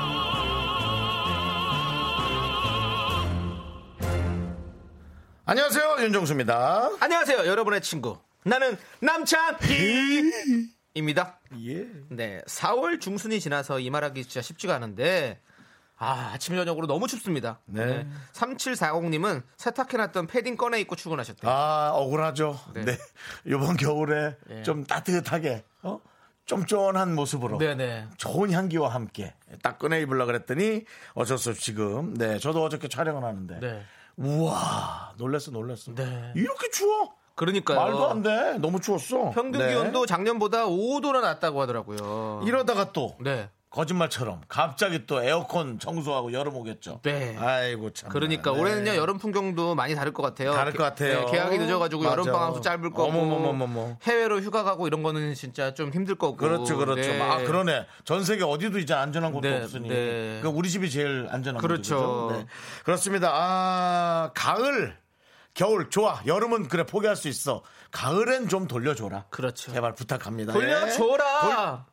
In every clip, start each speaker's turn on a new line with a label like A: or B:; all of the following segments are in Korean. A: 안녕하세요 윤정수입니다.
B: 안녕하세요, 여러분의 친구. 나는 예. 남창희입니다.
A: 예.
B: 네, 4월 중순이 지나서 이 말하기 진짜 쉽지가 않은데, 아, 아침 저녁으로 너무 춥습니다.
A: 네.
B: 3740님은 세탁해놨던 패딩 꺼내 입고 출근하셨대요.
A: 아 억울하죠. 네.
B: 네.
A: 이번 겨울에
B: 예.
A: 좀 따뜻하게 어? 쫀쫀한 모습으로
B: 네네.
A: 좋은 향기와 함께 딱 꺼내 입으려 그랬더니 어쩔 수 없이 지금 네 저도 어저께 촬영을 하는데
B: 네.
A: 우와 놀랬어 놀랬어.
B: 네.
A: 이렇게 추워?
B: 그러니까요.
A: 말도 안 돼. 너무 추웠어.
B: 평균
A: 네.
B: 기온도 작년보다 5도나 낮다고 하더라고요.
A: 이러다가 또
B: 네.
A: 거짓말처럼 갑자기 또 에어컨 청소하고 여름 오겠죠.
B: 네.
A: 아이고 참.
B: 그러니까 올해는요 여름 풍경도 많이 다를 것 같아요.
A: 네. 다를 것 같아요.
B: 네, 계약이 늦어가지고
A: 맞아.
B: 여름 방학도 짧을 거고
A: 어머머머머머.
B: 해외로 휴가 가고 이런 거는 진짜 좀 힘들 거고.
A: 그렇죠, 그렇죠.
B: 네.
A: 아 그러네. 전 세계 어디도 이제 안전한 곳도
B: 네,
A: 없으니.
B: 네.
A: 그 우리 집이 제일 안전한
B: 그렇죠.
A: 곳이죠. 네. 그렇습니다. 아 가을, 겨울 좋아. 여름은 그래 포기할 수 있어. 가을엔 좀 돌려줘라.
B: 그렇죠.
A: 제발 부탁합니다.
B: 돌려줘라.
A: 예.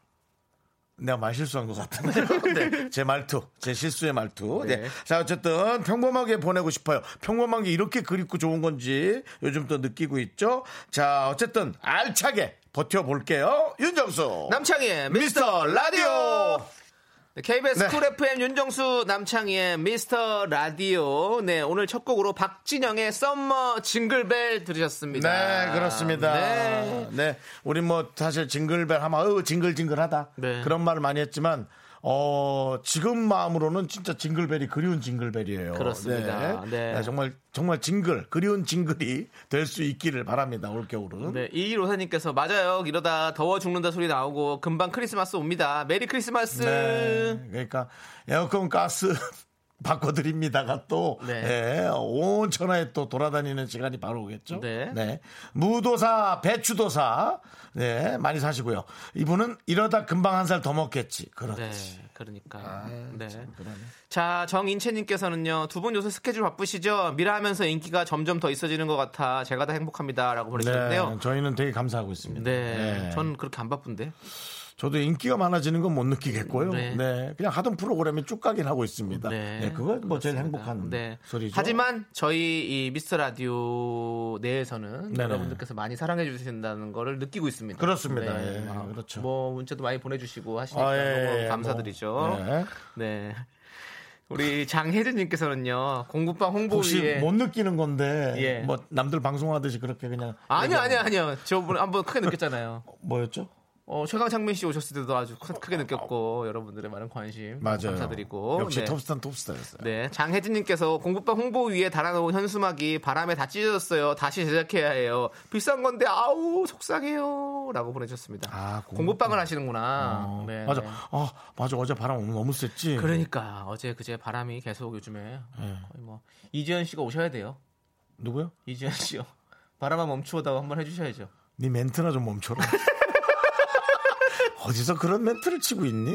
A: 내가 말 실수한 것 같은데. 네. 제 말투, 제 실수의 말투. 네.
B: 네.
A: 자 어쨌든 평범하게 보내고 싶어요. 평범한 게 이렇게 그립고 좋은 건지 요즘 또 느끼고 있죠. 자 어쨌든 알차게 버텨볼게요. 윤정수.
B: 남창희의
A: 어? 미스터 라디오.
B: 미- KBS
A: 네.
B: 쿨 FM 윤정수 남창희의 미스터 라디오. 네 오늘 첫 곡으로 박진영의 썸머 징글벨 들으셨습니다.
A: 네, 그렇습니다. 네.
B: 네.
A: 우리 뭐 사실 징글벨 하면 어우 징글징글하다.
B: 네.
A: 그런 말을 많이 했지만 어, 지금 마음으로는 진짜 징글벨이 그리운 징글벨이에요.
B: 그렇습니다. 네.
A: 정말 정말 징글, 그리운 징글이 될 수 있기를 바랍니다. 올겨울은.
B: 네, 이일오사님께서 맞아요. 이러다 더워 죽는다 소리 나오고 금방 크리스마스 옵니다. 메리 크리스마스.
A: 네, 그러니까 에어컨 가스 바꿔드립니다가 또
B: 네.
A: 예, 온 천하에 또 돌아다니는 시간이 바로 오겠죠.
B: 네.
A: 무도사, 배추도사 네 많이 사시고요. 이분은 이러다 금방 한 살 더 먹겠지.
B: 네,
A: 그렇지.
B: 그러니까.
A: 아,
B: 네.
A: 참 그러네.
B: 자, 정인채님께서는요. 두 분 요새 스케줄 바쁘시죠? 미라 하면서 인기가 점점 더 있어지는 것 같아. 제가 다
A: 네,
B: 행복합니다라고 보내주셨는데요.
A: 저희는 되게 감사하고 있습니다.
B: 네, 전 그렇게 안 바쁜데.
A: 저도 인기가 많아지는 건 못 느끼겠고요. 네.
B: 네.
A: 그냥 하던 프로그램에 쭉 가긴 하고 있습니다. 네,
B: 네.
A: 그건 뭐 제일
B: 그렇습니다.
A: 행복한
B: 네.
A: 소리죠.
B: 하지만 저희 이 미스터 라디오 내에서는
A: 네네.
B: 여러분들께서 많이 사랑해 주신다는 거를 느끼고 있습니다.
A: 그렇습니다. 예, 그렇죠.
B: 뭐 문자도 많이 보내주시고 하시니까
A: 아, 예,
B: 너무
A: 예,
B: 감사드리죠.
A: 뭐, 네.
B: 네. 우리 장혜진님께서는요 공부방 홍보
A: 혹시
B: 위에
A: 못 느끼는 건데
B: 예.
A: 뭐 남들 방송하듯이 그렇게 그냥
B: 아니요
A: 네,
B: 아니요 아니요 저번에 한번 크게 느꼈잖아요.
A: 뭐였죠?
B: 어, 최강창민 씨 오셨을 때도 아주 크- 크게 느꼈고 여러분들의 많은 관심
A: 맞아요.
B: 감사드리고
A: 역시
B: 네.
A: 톱스타는 톱스타였어요.
B: 네, 장혜진님께서 공부방 홍보 위에 달아놓은 현수막이 바람에 다 찢어졌어요. 다시 제작해야 해요. 비싼 건데 아우 속상해요.라고 보내주셨습니다.
A: 아, 공부방.
B: 공부방을 하시는구나.
A: 어,
B: 네,
A: 맞아.
B: 네.
A: 아, 맞아. 어제 바람 오늘 너무 셌지.
B: 그러니까 어제 그제 바람이 계속
A: 네.
B: 요즘에 거의 뭐 이지현 씨가 오셔야 돼요.
A: 누구요?
B: 이지현 씨요. 바람아 멈추어다고 한번 해주셔야죠.
A: 네 멘트나 좀 멈춰라. 어디서 그런 멘트를 치고 있니?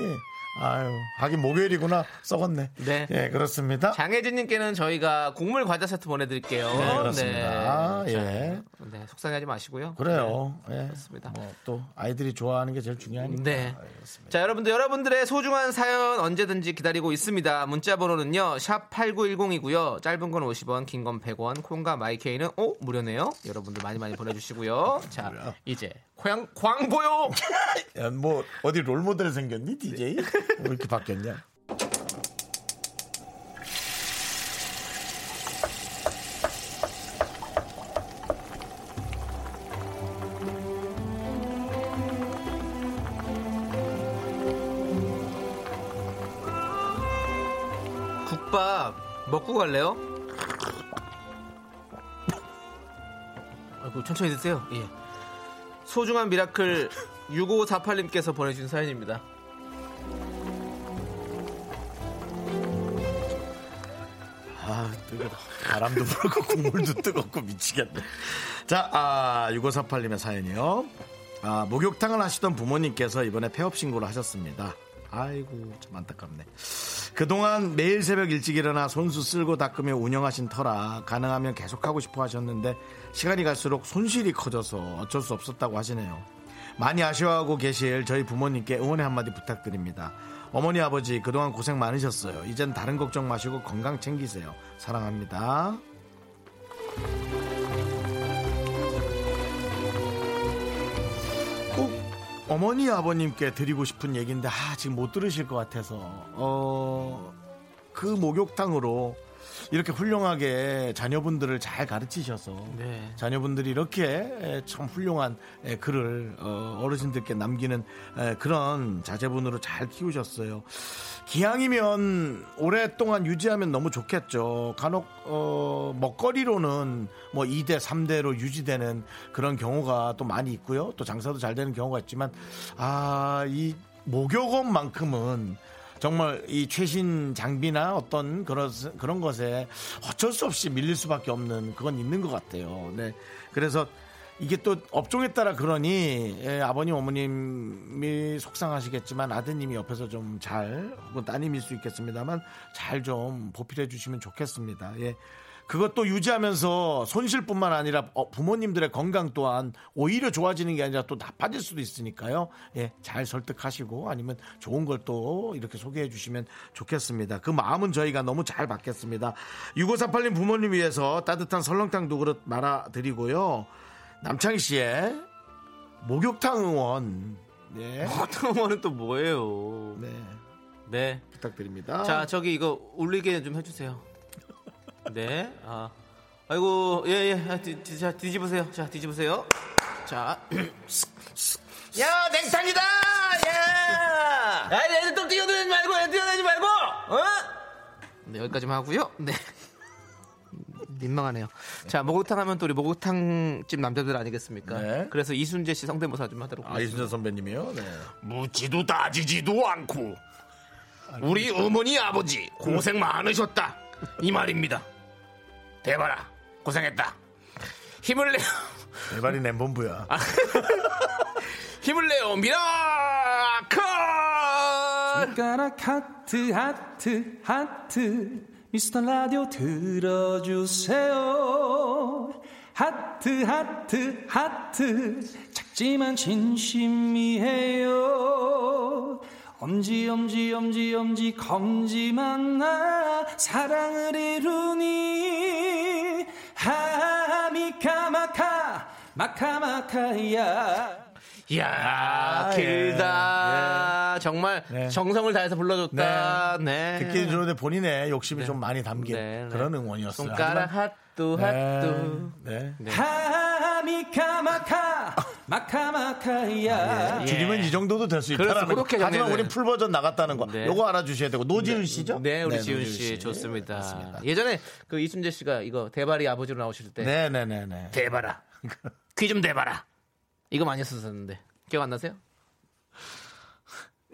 A: 아유, 하긴 목요일이구나. 썩었네.
B: 네.
A: 예, 그렇습니다.
B: 장혜진님께는 저희가 곡물 과자 세트 보내드릴게요.
A: 네, 그렇습니다. 예.
B: 자, 네, 속상해하지 마시고요.
A: 그래요. 예.
B: 그렇습니다.
A: 뭐또 아이들이 좋아하는 게 제일 중요하니까.
B: 네.
A: 알겠습니다.
B: 자, 여러분들, 여러분들의 소중한 사연 언제든지 기다리고 있습니다. 문자 번호는요, 샵8910이고요. 짧은 건 50원, 긴 건 100원, 콩과 마이케이는, 오, 무료네요. 여러분들 많이 많이 보내주시고요. 자, 이제, 광, 광고요!
A: 야, 뭐 어디 롤모델 생겼니, DJ?
B: 네.
A: 왜 이렇게 바뀌었냐?
B: 국밥 먹고 갈래요? 아이고, 천천히 드세요. 예. 소중한 미라클 6548님께서 보내주신 사연입니다.
A: 아, 뜨거. 바람도 불고 국물도 뜨겁고 미치겠네. 자, 아, 6548님의 사연이요. 아, 목욕탕을 하시던 부모님께서 이번에 폐업 신고를 하셨습니다. 아이고, 참 안타깝네. 그동안 매일 새벽 일찍 일어나 손수 쓸고 닦으며 운영하신 터라 가능하면 계속하고 싶어 하셨는데 시간이 갈수록 손실이 커져서 어쩔 수 없었다고 하시네요. 많이 아쉬워하고 계실 저희 부모님께 응원의 한마디 부탁드립니다. 어머니 아버지 그동안 고생 많으셨어요. 이젠 다른 걱정 마시고 건강 챙기세요. 사랑합니다. 꼭 어머니 아버님께 드리고 싶은 얘기인데 아 지금 못 들으실 것 같아서 어 그 목욕탕으로 이렇게 훌륭하게 자녀분들을 잘 가르치셔서
B: 네.
A: 자녀분들이 이렇게 에, 참 훌륭한 에, 글을 어, 어르신들께 남기는 에, 그런 자제분으로 잘 키우셨어요. 기왕이면 오랫동안 유지하면 너무 좋겠죠. 간혹 어, 먹거리로는 뭐 2대, 3대로 유지되는 그런 경우가 또 많이 있고요. 또 장사도 잘 되는 경우가 있지만 아, 이 목욕원만큼은 정말 이 최신 장비나 어떤 그런 그런 것에 어쩔 수 없이 밀릴 수밖에 없는 그건 있는 것 같아요. 네, 그래서 이게 또 업종에 따라 그러니 예, 아버님 어머님이 속상하시겠지만 아드님이 옆에서 좀 잘 혹은 따님일 수 있겠습니다만 잘 좀 보필해 주시면 좋겠습니다. 예. 그것도 유지하면서 손실뿐만 아니라 어, 부모님들의 건강 또한 오히려 좋아지는 게 아니라 또 나빠질 수도 있으니까요. 예, 잘 설득하시고 아니면 좋은 걸 또 이렇게 소개해 주시면 좋겠습니다. 그 마음은 저희가 너무 잘 받겠습니다. 6548님 부모님 위해서 따뜻한 설렁탕 두 그릇 말아 드리고요. 남창희 씨의 목욕탕 응원. 네.
B: 어떤 또 뭐예요?
A: 네.
B: 네.
A: 부탁드립니다.
B: 자, 저기 이거 올리게 좀 해주세요. 네. 아, 아이고, 예, 예. 아, 뒤, 뒤, 자, 뒤집으세요. 자, 뒤집으세요. 자. 야, 냉탕이다! 야! 야, 애들 또 뛰어들지 말고, 애들 뛰어들지 말고! 어? 네, 여기까지만 하고요. 네. 민망하네요. 자, 목욕탕 하면 또 우리 목욕탕집 남자들 아니겠습니까?
A: 네.
B: 그래서 이순재 씨 성대모사 좀 하도록
A: 아, 이순재 선배님이요. 네.
C: 묻지도 따지지도 않고 우리 어머니 아버지 고생 많으셨다 이 말입니다 대봐라 고생했다 힘을 내요
A: 대발이 엠본부야.
C: 힘을 내요 미라클
D: 손가락 하트 하트 하트 미스터 라디오 들어주세요 하트 하트 하트 작지만 진심이에요 엄지 엄지 엄지 엄지 검지만 나 사랑을 이루니 하미카마카 마카마카야
B: 이야 길다 아, 예. 정말
A: 네.
B: 정성을 다해서 불러줬다 네,
A: 듣기 좋은데 본인의 욕심이 좀 많이 담긴
B: 네, 네.
A: 그런 응원이었어요.
B: 손가락
A: 하지만-
B: 핫도 핫도
A: 네. 네.
D: 하미카마카 마카마카야
B: 예.
A: 네. 줄이면 이 정도도 될 수
B: 그래서
A: 있다라는 거.
B: 그렇게
A: 하지만
B: 정리해야
A: 우리 풀 버전 나갔다는 거.
B: 네.
A: 요거 알아주셔야 되고 노지훈 씨죠?
B: 네 우리
A: 네,
B: 지훈
A: 노지훈
B: 씨 좋습니다
A: 맞습니다.
B: 예전에 그 이순재 씨가 이거 대발이 아버지로 나오실 때
A: 네, 네, 네, 네.
C: 대봐라 귀 좀 대봐라
B: 이거 많이 썼었는데 기억 안 나세요?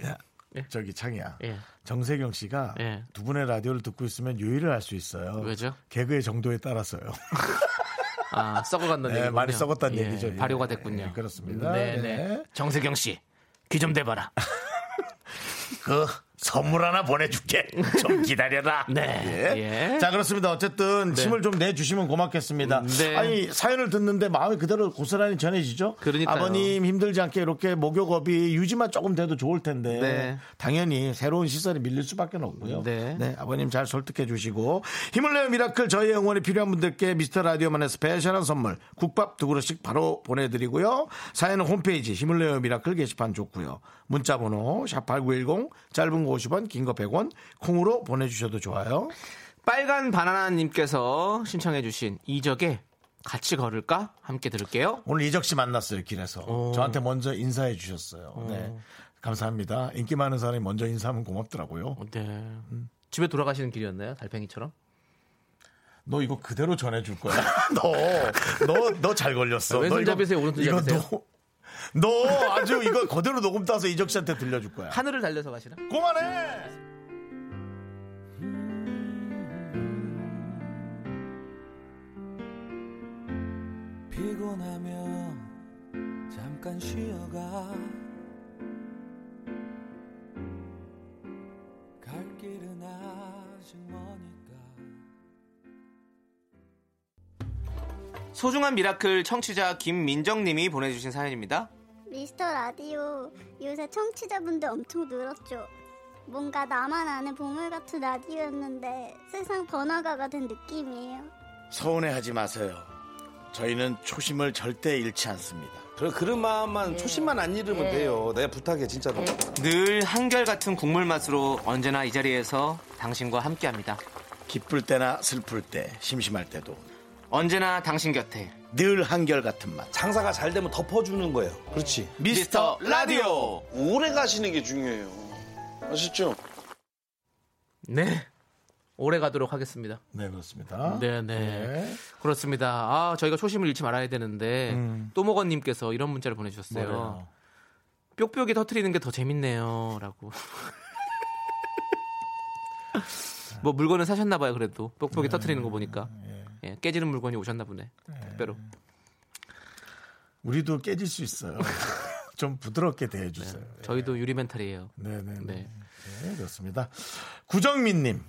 A: 야, 저기 창이야.
B: 예.
A: 정세경 씨가
B: 예.
A: 두 분의 라디오를 듣고 있으면 요일을 알 수 있어요.
B: 왜죠?
A: 개그의 정도에 따라서요.
B: 아 썩어간다는
A: 네,
B: 얘기군요.
A: 많이 썩었다는
B: 예,
A: 얘기죠. 예.
B: 발효가 됐군요
A: 예, 그렇습니다.
B: 네,
A: 네.
B: 네. 정세경 씨귀 좀 대봐라
A: 그 선물 하나 보내줄게. 좀 기다려라.
B: 네.
A: 예.
B: 예.
A: 자 그렇습니다. 어쨌든 힘을 좀 내주시면 고맙겠습니다.
B: 네.
A: 아니 사연을 듣는데 마음이 그대로 고스란히 전해지죠.
B: 그러니까요.
A: 아버님 힘들지 않게 이렇게 목욕업이 유지만 조금 돼도 좋을 텐데
B: 네.
A: 당연히 새로운 시설이 밀릴 수밖에 없고요.
B: 네.
A: 아버님 잘 설득해 주시고 힘을 내요 미라클 저희 응원이 필요한 분들께 미스터 라디오만의 스페셜한 선물 국밥 두 그릇씩 바로 보내드리고요. 사연은 홈페이지 힘을 내요 미라클 게시판 좋고요. 문자번호 샵8910 짧은 거 50원 긴 거 100원 콩으로 보내주셔도 좋아요.
B: 빨간 바나나님께서 신청해주신 이적에 같이 걸을까 함께 들을게요
A: 오늘 이적 씨 만났어요 길에서 저한테 먼저 인사해 주셨어요. 네. 감사합니다. 인기 많은 사람이 먼저 인사하면 고맙더라고요.
B: 네.
A: 음.
B: 집에 돌아가시는 길이었나요? 달팽이처럼?
A: 너 이거 그대로 전해줄 거야. 너, 너, 너 잘 걸렸어. 너
B: 왼손잡이세요?
A: 이거-
B: 오른손잡이세요?
A: 이거 너, 너 아주 이거 그대로 녹음 따서 이적 씨한테 들려줄 거야.
B: 하늘을 달려서 가시나?
A: 그만해!
D: 피곤하면 예. 잠깐 쉬어가 갈 길은 아직 머니까
B: 소중한 미라클 청취자 김민정님이 보내주신 사연입니다.
E: 미스터 라디오 요새 청취자분들 엄청 늘었죠. 뭔가 나만 아는 보물 같은 라디오였는데 세상 번화가가 된 느낌이에요.
A: 서운해하지 마세요. 저희는 초심을 절대 잃지 않습니다.
F: 그런 그런 마음만 초심만 안 잃으면 돼요. 내가 부탁해 진짜로.
B: 늘 한결같은 국물 맛으로 언제나 이 자리에서 당신과 함께합니다.
A: 기쁠 때나 슬플 때, 심심할 때도
B: 언제나 당신 곁에
A: 늘 한결같은 맛.
F: 장사가 잘 되면 덮어주는 거예요. 그렇지.
B: 미스터 라디오.
G: 오래 가시는 게 중요해요. 아셨죠?
B: 네. 오래 가도록 하겠습니다.
A: 네, 그렇습니다.
B: 네, 네. 그렇습니다. 아, 저희가 초심을 잃지 말아야 되는데
A: 음.
B: 또모건 님께서 이런 문자를 보내 주셨어요.
A: 뭐래요?
B: 뾱뾱이 터트리는 게 더 재밌네요라고. 뭐 물건을 사셨나 봐요, 그래도. 뾱뾱이
A: 네.
B: 터트리는 거 보니까. 예, 깨지는 물건이 오셨나 보네.
A: 예.
B: 택배로.
A: 우리도 깨질 수 있어요. 좀 부드럽게 대해주세요.
B: 저희도 유리 멘탈이에요.
A: 네, 네, 네.
B: 네.
A: 네, 그렇습니다. 구정민님.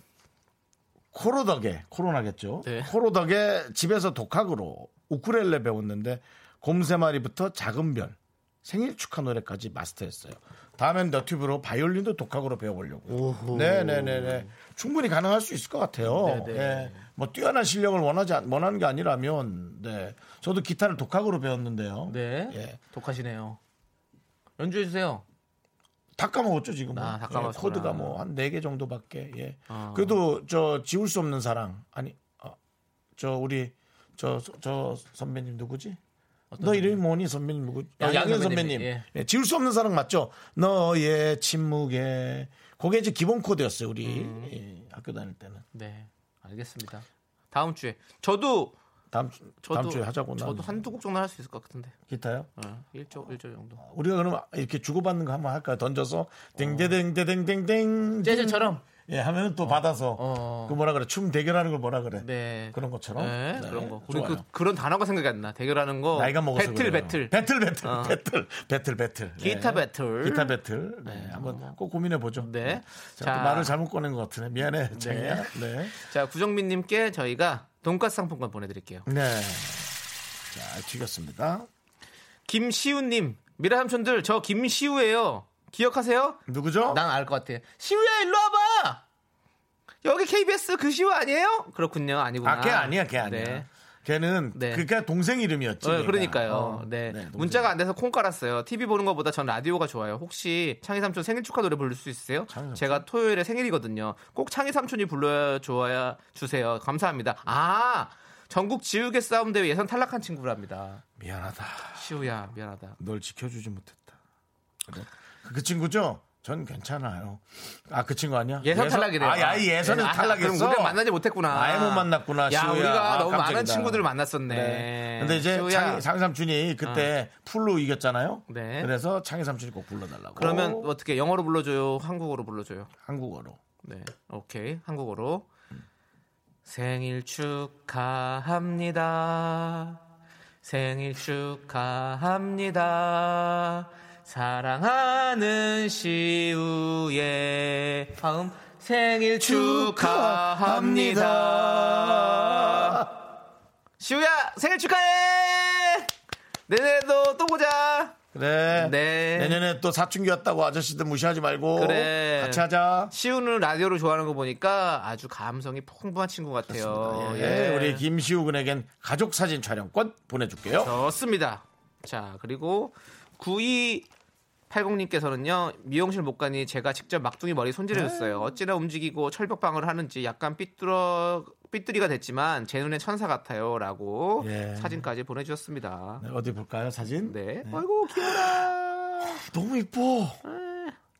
A: 코로 덕에, 코로나겠죠?
B: 네.
A: 코로 덕에 집에서 독학으로 우쿨렐레 배웠는데 곰세 마리부터 작은 별, 생일 축하 노래까지 마스터했어요. 다음엔 너튜브로 바이올린도 독학으로 배워보려고. 네네네네. 충분히 가능할 수 있을 것 같아요. 예. 뭐 뛰어난 실력을 원하지 않- 원하는 게 아니라면, 네. 저도 기타를 독학으로 배웠는데요.
B: 네.
A: 예.
B: 독하시네요. 연주해 주세요.
A: 다 까먹었죠 지금. 은
B: 아, 다 까먹었구나.
A: 코드가 뭐 한 네 개 정도밖에. 예.
B: 아.
A: 그래도 저 지울 수 없는 사랑 아니 아, 저 우리 저 저 선배님 누구지? 너 이름이 뭐니 선배님 누구? 아,
B: 양현
A: 양현
B: 선배님이,
A: 선배님.
B: 예.
A: 예, 지울 수 없는 사랑 맞죠? 너의 침묵에 그게 이제 기본 코드였어요 우리
B: 음.
A: 예, 학교 다닐 때는.
B: 네. 알겠습니다. 다음 주에 저도
A: 다음 주
B: 저도
A: 다음 주에 하자고 나
B: 저도 한두 곡 정도 할 수 있을 것 같은데.
A: 기타요?
B: 어, 1절 1절 정도.
A: 우리가 그럼 이렇게 주고받는 거 한번 할까요? 던져서 땡땡땡땡땡땡
B: 재즈처럼?
A: 예 하면은 또 받아서
B: 어.
A: 그 뭐라 그래 춤 대결하는 걸 뭐라 그래
B: 네.
A: 그런 것처럼
B: 네, 그런 거. 우리
A: 좋아요.
B: 그, 그런 단어가 생각이 안 나. 대결하는 거.
A: 나이가 먹어서
B: 배틀
A: 그래요.
B: 배틀.
A: 배틀 배틀
B: 어.
A: 배틀 배틀 배틀
B: 기타
A: 네.
B: 배틀.
A: 기타 배틀 네, 한번 꼭 고민해 보죠
B: 네.
A: 자
B: 자.
A: 말을 잘못 꺼낸 것 같으네 미안해 쟁이야 네.
B: 자, 구정민 님께 저희가 돈가스 상품권 보내 드릴게요.
A: 네. 자 튀겼습니다
B: 김시우 님. 미라 삼촌들 저 김시우예요. 기억하세요?
A: 누구죠?
B: 난 알 것 같아. 시우야 일로 와봐. 여기 KBS 그 시우 아니에요? 그렇군요. 아니구나.
A: 아 걔 아니야 걔 아니야
B: 네.
A: 걔는
B: 네.
A: 그니까 동생 이름이었지
B: 어,
A: 걔가.
B: 그러니까요.
A: 어.
B: 네.
A: 동생.
B: 문자가 안 돼서 콩 깔았어요. TV 보는 것보다 전 라디오가 좋아요. 혹시 창희 삼촌 생일 축하 노래 부를 수 있으세요? 제가 토요일에 생일이거든요. 꼭 창희 삼촌이 불러줘야 주세요. 감사합니다. 아, 전국 지우개 싸움 대회 예선 탈락한 친구랍니다.
A: 미안하다
B: 시우야, 미안하다.
A: 널 지켜주지 못했다. 그래? 그 친구죠? 전 괜찮아요. 아, 그 친구 아니야?
B: 예선 탈락이래요.
A: 아, 야, 예선은
B: 아,
A: 탈락했어.
B: 그럼 우리가 만나지 못했구나.
A: 아예 못 만났구나.
B: 야,
A: 시우야.
B: 우리가
A: 아,
B: 너무 많은
A: 깜짝이다.
B: 친구들을 만났었네.
A: 네. 근데 이제
B: 시우야. 어.
A: 창희, 창희 삼촌이 그때 풀로 이겼잖아요.
B: 네.
A: 그래서 창희 삼촌이 꼭 불러달라고.
B: 그러면 어떻게 영어로 불러줘요? 한국어로 불러줘요?
A: 한국어로.
B: 네, 오케이 한국어로 생일 축하합니다. 생일 축하합니다. 사랑하는 시우의 다음 생일 축하합니다. 시우야 생일 축하해. 내년에도 또 보자.
A: 그래.
B: 네.
A: 내년에 또 사춘기 왔다고 아저씨들 무시하지 말고.
B: 그래.
A: 같이 하자.
B: 시우는 라디오를 좋아하는 거 보니까 아주 감성이 풍부한 친구 같아요.
A: 예. 우리 김시우 군에겐 가족 사진 촬영권 보내줄게요.
B: 좋습니다. 자, 그리고 9280님께서는요, 미용실 못 가니 제가 직접 막둥이 머리
A: 음.
B: 손질해줬어요. 어찌나 움직이고 철벽방을 하는지 약간 삐뚤어, 삐뚤이가 됐지만 제 눈에 천사 같아요. 라고
A: 예.
B: 사진까지 보내주셨습니다.
A: 네, 어디 볼까요, 사진?
B: 네. 아이고, 귀여워라.
A: 너무 이뻐.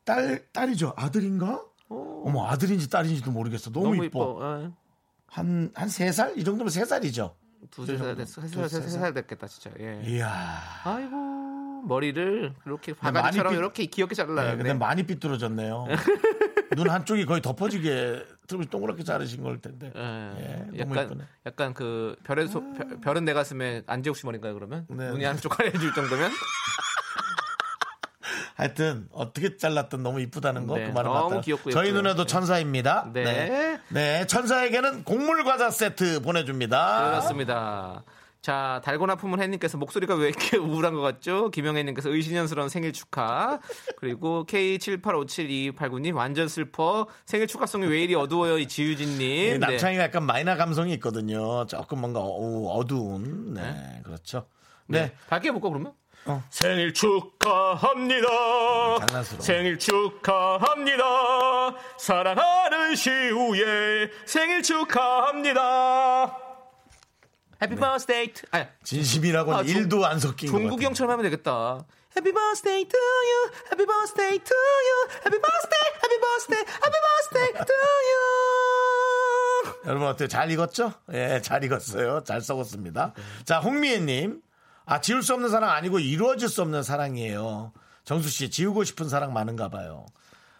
A: 딸 딸이죠. 아들인가? 어. 머 아들인지 딸인지도 모르겠어. 너무,
B: 너무
A: 이뻐.
B: 이뻐.
A: 한 한 세 살 이 정도면 세 살이죠.
B: 두세 살
A: 정도.
B: 됐어.
A: 두세
B: 세살
A: 살?
B: 됐겠다, 진짜. 예.
A: 이야.
B: 아이고. 머리를 이렇게 바가지처럼
A: 아, 삐-
B: 이렇게 귀엽게
A: 네,
B: 잘라요.
A: 근데 많이 삐뚤어졌네요. 눈 한쪽이 거의 덮어지게 트럼이 동그랗게 자르신 걸 텐데.
B: 예,
A: 예, 너무
B: 약간
A: 예쁘네. 아.
B: 약간 그 별의 소, 별, 은내 가슴에 안재욱 씨 머리인가요 그러면
A: 네.
B: 눈이 한쪽 가려질 정도면
A: 하여튼 어떻게 잘랐든 너무 이쁘다는 거 그
B: 네,
A: 말은
B: 너무
A: 맞다.
B: 귀엽고
A: 저희
B: 예뻐요.
A: 눈에도
B: 네.
A: 천사입니다.
B: 네.
A: 네, 천사에게는 곡물 과자 세트 보내줍니다.
B: 그렇습니다. 자, 달고나 품은 해님께서 목소리가 왜 이렇게 우울한 것 같죠? 김영애님께서 의신연스러운 생일 축하. 그리고 K78572289님 완전 슬퍼. 생일 축하송이 왜 이리 어두워요, 이
A: 이
B: 지유진님.
A: 네, 남창이가 약간 마이너 감성이 있거든요. 조금 뭔가 어, 어두운. 네, 그렇죠. 네,
B: 밝게 해볼까, 그러면?
A: 어.
C: 생일 축하합니다.
A: 장난스러워.
C: 생일 축하합니다. 사랑하는 시우의 생일 축하합니다.
B: 해피 버스데이 투. 아,
A: 진심이라고는
B: 아, 종-
A: 일도 안 섞인
B: 종국이
A: 것
B: 형처럼 하면 되겠다. Happy birthday to you. Happy birthday to you. Happy birthday. Happy birthday. Happy birthday to you.
A: 같아요. 여러분 어때요? 잘 익었죠? 예, 잘 익었어요. 잘 썩었습니다. 자, 홍미애님. 아, 지울 수 없는 사랑 아니고 이루어질 수 없는 사랑이에요. 정수 씨, 지우고 싶은 사랑 많은가 봐요.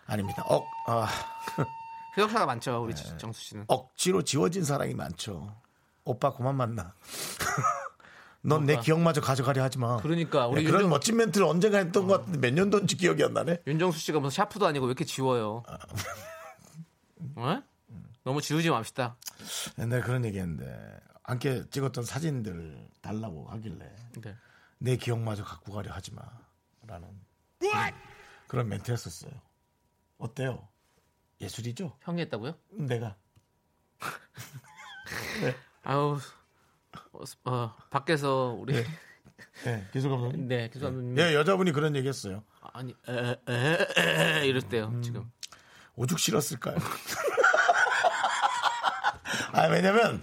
A: 아닙니다. 억, 아,
B: 그 흑역사가 많죠, 우리 정수 씨는.
A: 억지로 지워진 사랑이 많죠. 오빠 그만 만나. 넌 내 기억마저 가져가려 하지 마.
B: 그러니까 우리
A: 예, 그런
B: 윤정-
A: 멋진 멘트를 언젠가 했던 것 같은데 몇 년도인지 기억이 안 나네.
B: 윤정수 씨가 무슨 샤프도 아니고 왜 이렇게 지워요? 어? 너무 지우지 맙시다.
A: 옛날에 네, 그런 얘기했는데 함께 찍었던 사진들 달라고 하길래
B: 네.
A: 내 기억마저 갖고 가려 하지 마라는 그런 멘트 했었어요. 어때요? 예술이죠?
B: 형이 했다고요?
A: 내가
B: 아우, 어, 어, 밖에서 우리 네,
A: 네, 기술 감독님.
B: 교수님
A: 예, 여자분이 그런 얘기했어요.
B: 아니 에, 에, 에, 에, 이럴 때요
A: 음,
B: 지금.
A: 오죽 싫었을까요? 아, 왜냐면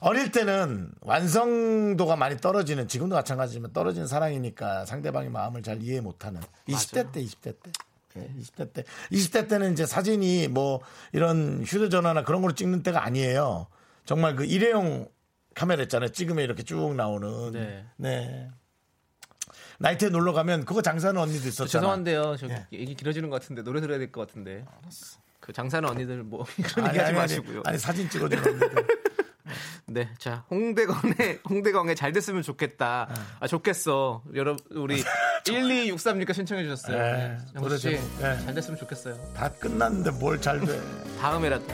A: 어릴 때는 완성도가 많이 떨어지는 지금도 마찬가지지만 떨어지는 사랑이니까 상대방의 마음을 잘 이해 못하는 20대 때 20대 때 네, 20대 때 20대 때는 이제 사진이 뭐 이런 휴대전화나 그런 걸로 찍는 때가 아니에요. 정말 그 일회용 카메라 있잖아요. 찍으면 이렇게 쭉 나오는
B: 네.
A: 네. 나이트에 놀러 가면 그거 장사하는 언니도 있었잖아.
B: 죄송한데요, 저
A: 예.
B: 얘기 길어지는 것 같은데 노래 들어야 될 것 같은데. 그 장사는 언니들 뭐 그런 얘기하지 마시고요.
A: 아니 사진 찍어주는 데
B: 네, 자 홍대건의 홍대건의 잘 됐으면 좋겠다. 아 좋겠어. 여러분 우리 1263님께 신청해 주셨어요.
A: 네, 노래
B: 영수 씨,
A: 제목, 네.
B: 잘 됐으면 좋겠어요.
A: 다 끝났는데 뭘 잘 돼.
B: 다음에라도.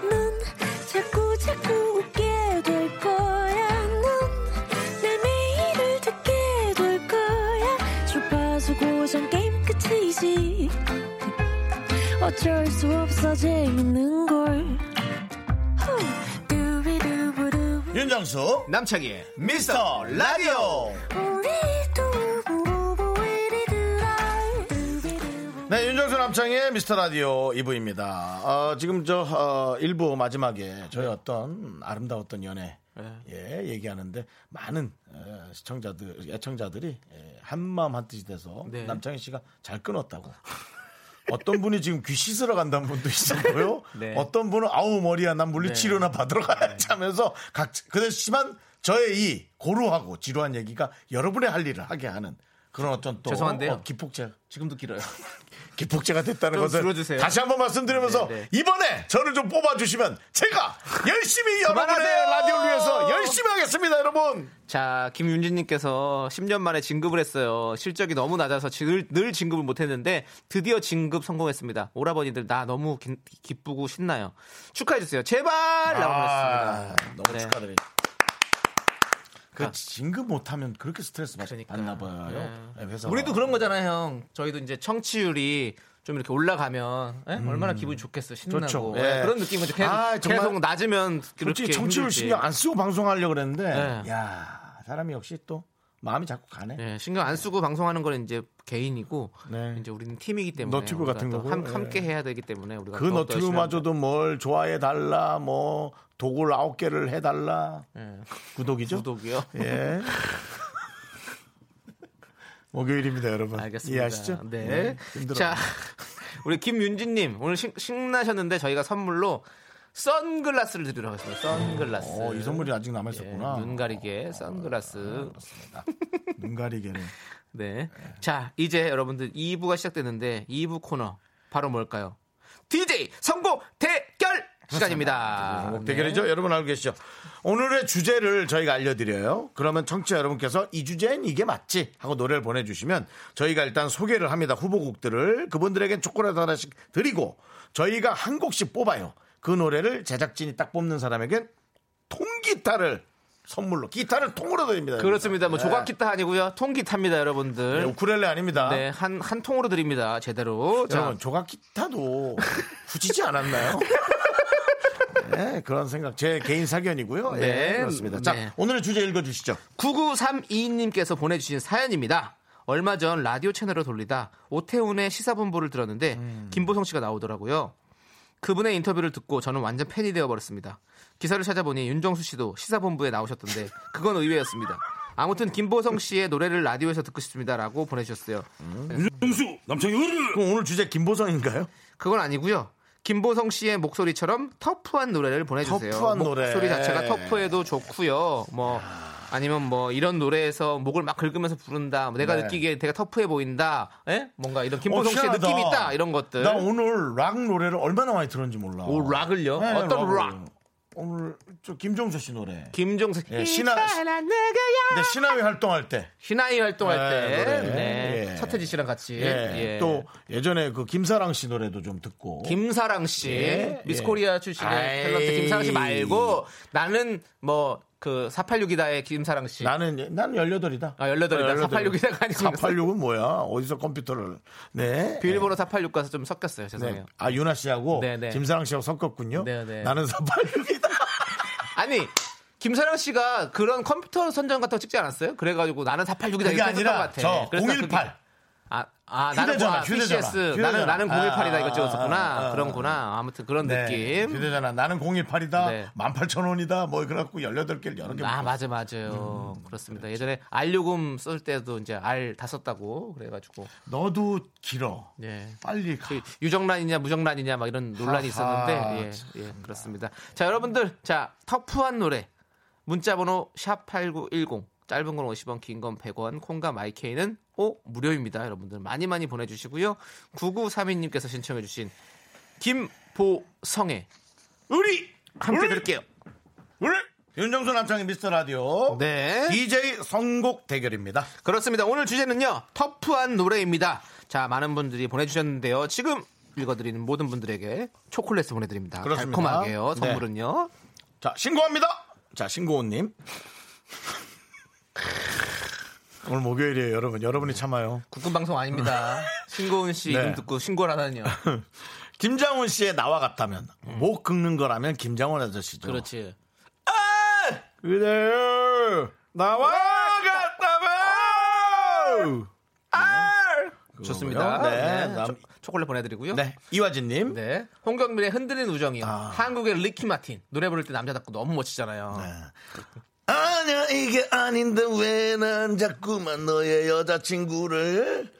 H: 넌 자꾸 자꾸 웃게 될 거야. 넌내 매일을 듣게 될 거야. 주파수 고정 게임 끝이지. 어쩔 수 없어 재밌는 걸. 후. 두비두부두.
A: 윤정수
B: 남창희의
A: 미스터 라디오.
H: 우리 두부부부 우리 두라. 두비두부.
A: 네, 윤정수 남창의 미스터 라디오 2부입니다. 지금 저 어, 1부 마지막에 저희
B: 네.
A: 어떤 아름다웠던 연애 예, 얘기하는데 많은 에, 시청자들 애청자들이 예, 한마음 한뜻이 돼서
B: 네.
A: 남창희 씨가 잘 끊었다고. 어떤 분이 지금 귀 씻으러 간다는 분도 있었고요.
B: 네.
A: 어떤 분은 아우 머리야 난 물리치료나 받으러 가야지 하면서 각 그렇지만 저의 이 고루하고 지루한 얘기가 여러분의 할 일을 하게 하는 그런 어떤 또
B: 죄송한데요.
A: 어, 기폭제
B: 지금도 길어요.
A: 기폭제가 됐다는
B: 좀
A: 것을
B: 들어주세요.
A: 다시 한번 말씀드리면서
B: 네, 네.
A: 이번에 저를 좀 뽑아주시면 제가 열심히 여러분의
B: 그만하세요.
A: 라디오를 위해서 열심히 하겠습니다, 여러분.
B: 자, 김윤진님께서 10년 만에 진급을 했어요. 실적이 너무 낮아서 지- 늘, 늘 진급을 못했는데 드디어 진급 성공했습니다. 오라버니들 나 너무 기, 쁘고 신나요. 축하해주세요. 제발! 라고
A: 아,
B: 하셨습니다.
A: 너무
B: 네.
A: 축하드립니다. 그
B: 아.
A: 진급 못하면 그렇게 스트레스 받-
B: 그러니까.
A: 받나 봐요.
B: 네.
A: 회사
B: 우리도 그런 거잖아요, 형. 저희도 이제 청취율이 좀 이렇게 올라가면 예? 얼마나 기분이 좋겠어 신나고
A: 음. 좋죠.
B: 예,
A: 예.
B: 그런 느낌은 계속,
A: 아, 정말.
B: 계속 낮으면 그렇게
A: 솔직히 청취율
B: 힘들지.
A: 신경 안 쓰고 방송하려고 그랬는데
B: 네.
A: 야 사람이 역시 또 마음이 자꾸 가네.
B: 예, 신경 안 쓰고 방송하는 건 이제 개인이고
A: 네.
B: 이제 우리는 팀이기 때문에
A: 너튜브
B: 우리가
A: 같은
B: 또
A: 거고,
B: 함,
A: 예.
B: 함께 해야 되기 때문에 우리가
A: 그
B: 더욱더 열심히
A: 너튜브마저도 뭘 좋아해 달라, 뭐 도굴 아홉 개를 해 달라.
B: 합니다. 예,
A: 네. 구독이죠?
B: 구독이요.
A: 예. 목요일입니다, 여러분.
B: 알겠습니다.
A: 이해하시죠?
B: 네.
A: 힘들어.
B: 자, 우리 김윤진님 오늘 신, 신나셨는데 저희가 선물로 선글라스를 드리도록 하겠습니다. 선글라스.
A: 어, 이 아, 선물이 아직 남아
B: 예,
A: 있었구나.
B: 눈 가리개 선글라스.
A: 눈 가리개는
B: 네. 자, 이제 여러분들 2부가 시작되는데 2부 코너 바로 뭘까요? DJ 선곡 대결 시간입니다.
A: 네.
B: 네.
A: 목 대결이죠. 여러분 알고 계시죠? 오늘의 주제를 저희가 알려드려요. 그러면 청취자 여러분께서 이 주제엔 이게 맞지 하고 노래를 보내주시면 저희가 일단 소개를 합니다. 후보곡들을 그분들에겐 초콜릿 하나씩 드리고 저희가 한 곡씩 뽑아요. 그 노래를 제작진이 딱 뽑는 사람에겐 통기타를 선물로 기타를 통으로 드립니다.
B: 네. 그렇습니다. 뭐
A: 네.
B: 조각 기타 아니고요. 통 기타입니다,
A: 네,
B: 여러분들.
A: 우쿨렐레 아닙니다.
B: 네, 한 한 통으로 드립니다. 제대로. 자,
A: 여러분 조각 기타도 굳이지 않았나요? 네, 그런 생각 제 개인 사견이고요. 네,
B: 네,
A: 그렇습니다. 자,
B: 네.
A: 오늘의 주제 읽어주시죠.
B: 9932님께서 보내주신 사연입니다. 얼마 전 라디오 채널을 돌리다 오태훈의 시사본부를 들었는데 김보성 씨가 나오더라고요. 그분의 인터뷰를 듣고 저는 완전 팬이 되어버렸습니다. 기사를 찾아보니 윤정수 씨도 시사본부에 나오셨던데 그건 의외였습니다. 아무튼 김보성 씨의 노래를 라디오에서 듣고 싶습니다라고 보내주셨어요.
C: 윤수 남창희
A: 그럼 오늘 주제 김보성인가요?
B: 그건 아니고요. 김보성 씨의 목소리처럼 터프한 노래를 보내주세요.
A: 터프한 노래.
B: 목소리 자체가 터프해도 좋고요. 뭐 아니면 뭐 이런 노래에서 목을 막 긁으면서 부른다. 뭐 내가
A: 네.
B: 느끼기에 되게 터프해 보인다. 예? 뭔가 이런
A: 어,
B: 김보성 씨의
A: 희한하다.
B: 느낌이 있다. 이런 것들.
A: 나 오늘 락 노래를 얼마나 많이 들었는지 몰라.
B: 오 락을요?
A: 네,
B: 어떤
A: 락을.
B: 락?
A: 오늘 저 김종서 씨 노래.
B: 김종석
A: 예, 신하-
B: 누구야?
A: 근데 신화회 활동할 때.
B: 신하이 활동할
A: 네,
B: 때
A: 노래.
B: 네.
A: 예.
B: 서태지 씨랑 같이
A: 예,
B: 예.
A: 또 예전에 그 김사랑 씨 노래도 좀 듣고.
B: 김사랑 씨
A: 예, 예.
B: 미스코리아 출신의
A: 아이.
B: 탤런트 김사랑 씨 말고 나는 뭐 그 486이다의 김사랑 씨.
A: 나는 예- 나는 18이다. 어,
B: 아, 18 이다. 486 이다가 아니고
A: 486은 뭐야? 어디서 컴퓨터를. 네.
B: 비밀번호 486 그 가서 좀 섞였어요.
A: 네.
B: 죄송해요.
A: 아, 유나 씨하고
B: 네, 네.
A: 김사랑 씨하고 섞었군요.
B: 네, 네.
A: 나는 486이다.
B: 아니 김사랑 씨가 그런 컴퓨터 선전 같은 거 찍지 않았어요? 그래가지고 나는 그러니까 486이다
A: 그게
B: 이렇게 했던 것
A: 아니라
B: 같아.
A: 저
B: 그래서 나
A: 018.
B: 그게- 아, 아 나는
A: 휴대전화,
B: 아,
A: 휴대전화.
B: PCS
A: 휴대전화.
B: 나는 나는 018이다
A: 아,
B: 이거 찍었었구나
A: 아, 아,
B: 그런구나 아무튼 그런
A: 네.
B: 느낌.
A: 휴대전화 나는 018이다.
B: 네.
A: 18,000원이다. 뭐 그래갖고 18개를 여러 개.
B: 아
A: 묶었어요.
B: 맞아 맞아요
A: 음.
B: 그렇습니다 예전에 알 요금 쓸 때도 이제 알 다 썼다고 그래가지고
A: 너도 길어.
B: 예
A: 빨리 가.
B: 그 유정란이냐 무정란이냐 막 이런 논란이
A: 하하,
B: 있었는데 예, 예, 그렇습니다. 자 여러분들 자 터프한 노래 문자번호 샵 #8910 짧은 건 50원, 긴 건 100원, 콩과 마이케이는 오 무료입니다. 여러분들 많이 많이 보내주시고요. 9932님께서 신청해주신 김보성의
A: 우리
B: 함께
A: 우리!
B: 들을게요.
A: 우리 윤정수 남창의 미스터 라디오.
B: 네.
A: DJ 선곡 대결입니다.
B: 그렇습니다. 오늘 주제는요. 터프한 노래입니다. 자, 많은 분들이 보내주셨는데요. 지금 읽어드리는 모든 분들에게 초콜릿을 보내드립니다.
A: 그렇습니다.
B: 달콤하게요.
A: 네.
B: 선물은요.
A: 자, 신고합니다. 자, 신고온님. 오늘 목요일이에요, 여러분. 여러분이 참아요.
B: 국군 방송 아닙니다. 신고은 씨 이름
A: 음. 네.
B: 듣고 신고를 하다니요.
A: 김장훈 씨의 나와 같다면 목 긁는 거라면 김장훈 아저씨죠.
B: 그렇지.
A: 그래요. 나와 같다면.
B: 좋습니다.
A: 네,
B: 네.
A: 남-
B: 초- 초콜릿 보내드리고요. 네.
A: 네, 이화진님.
B: 홍경민의 흔들린 우정이요.
A: 아.
B: 한국의 리키 마틴. 노래 부를 때 남자답고 너무 멋지잖아요.
A: 네. 아니야 이게 아닌데 왜 난 자꾸만 너의 여자친구를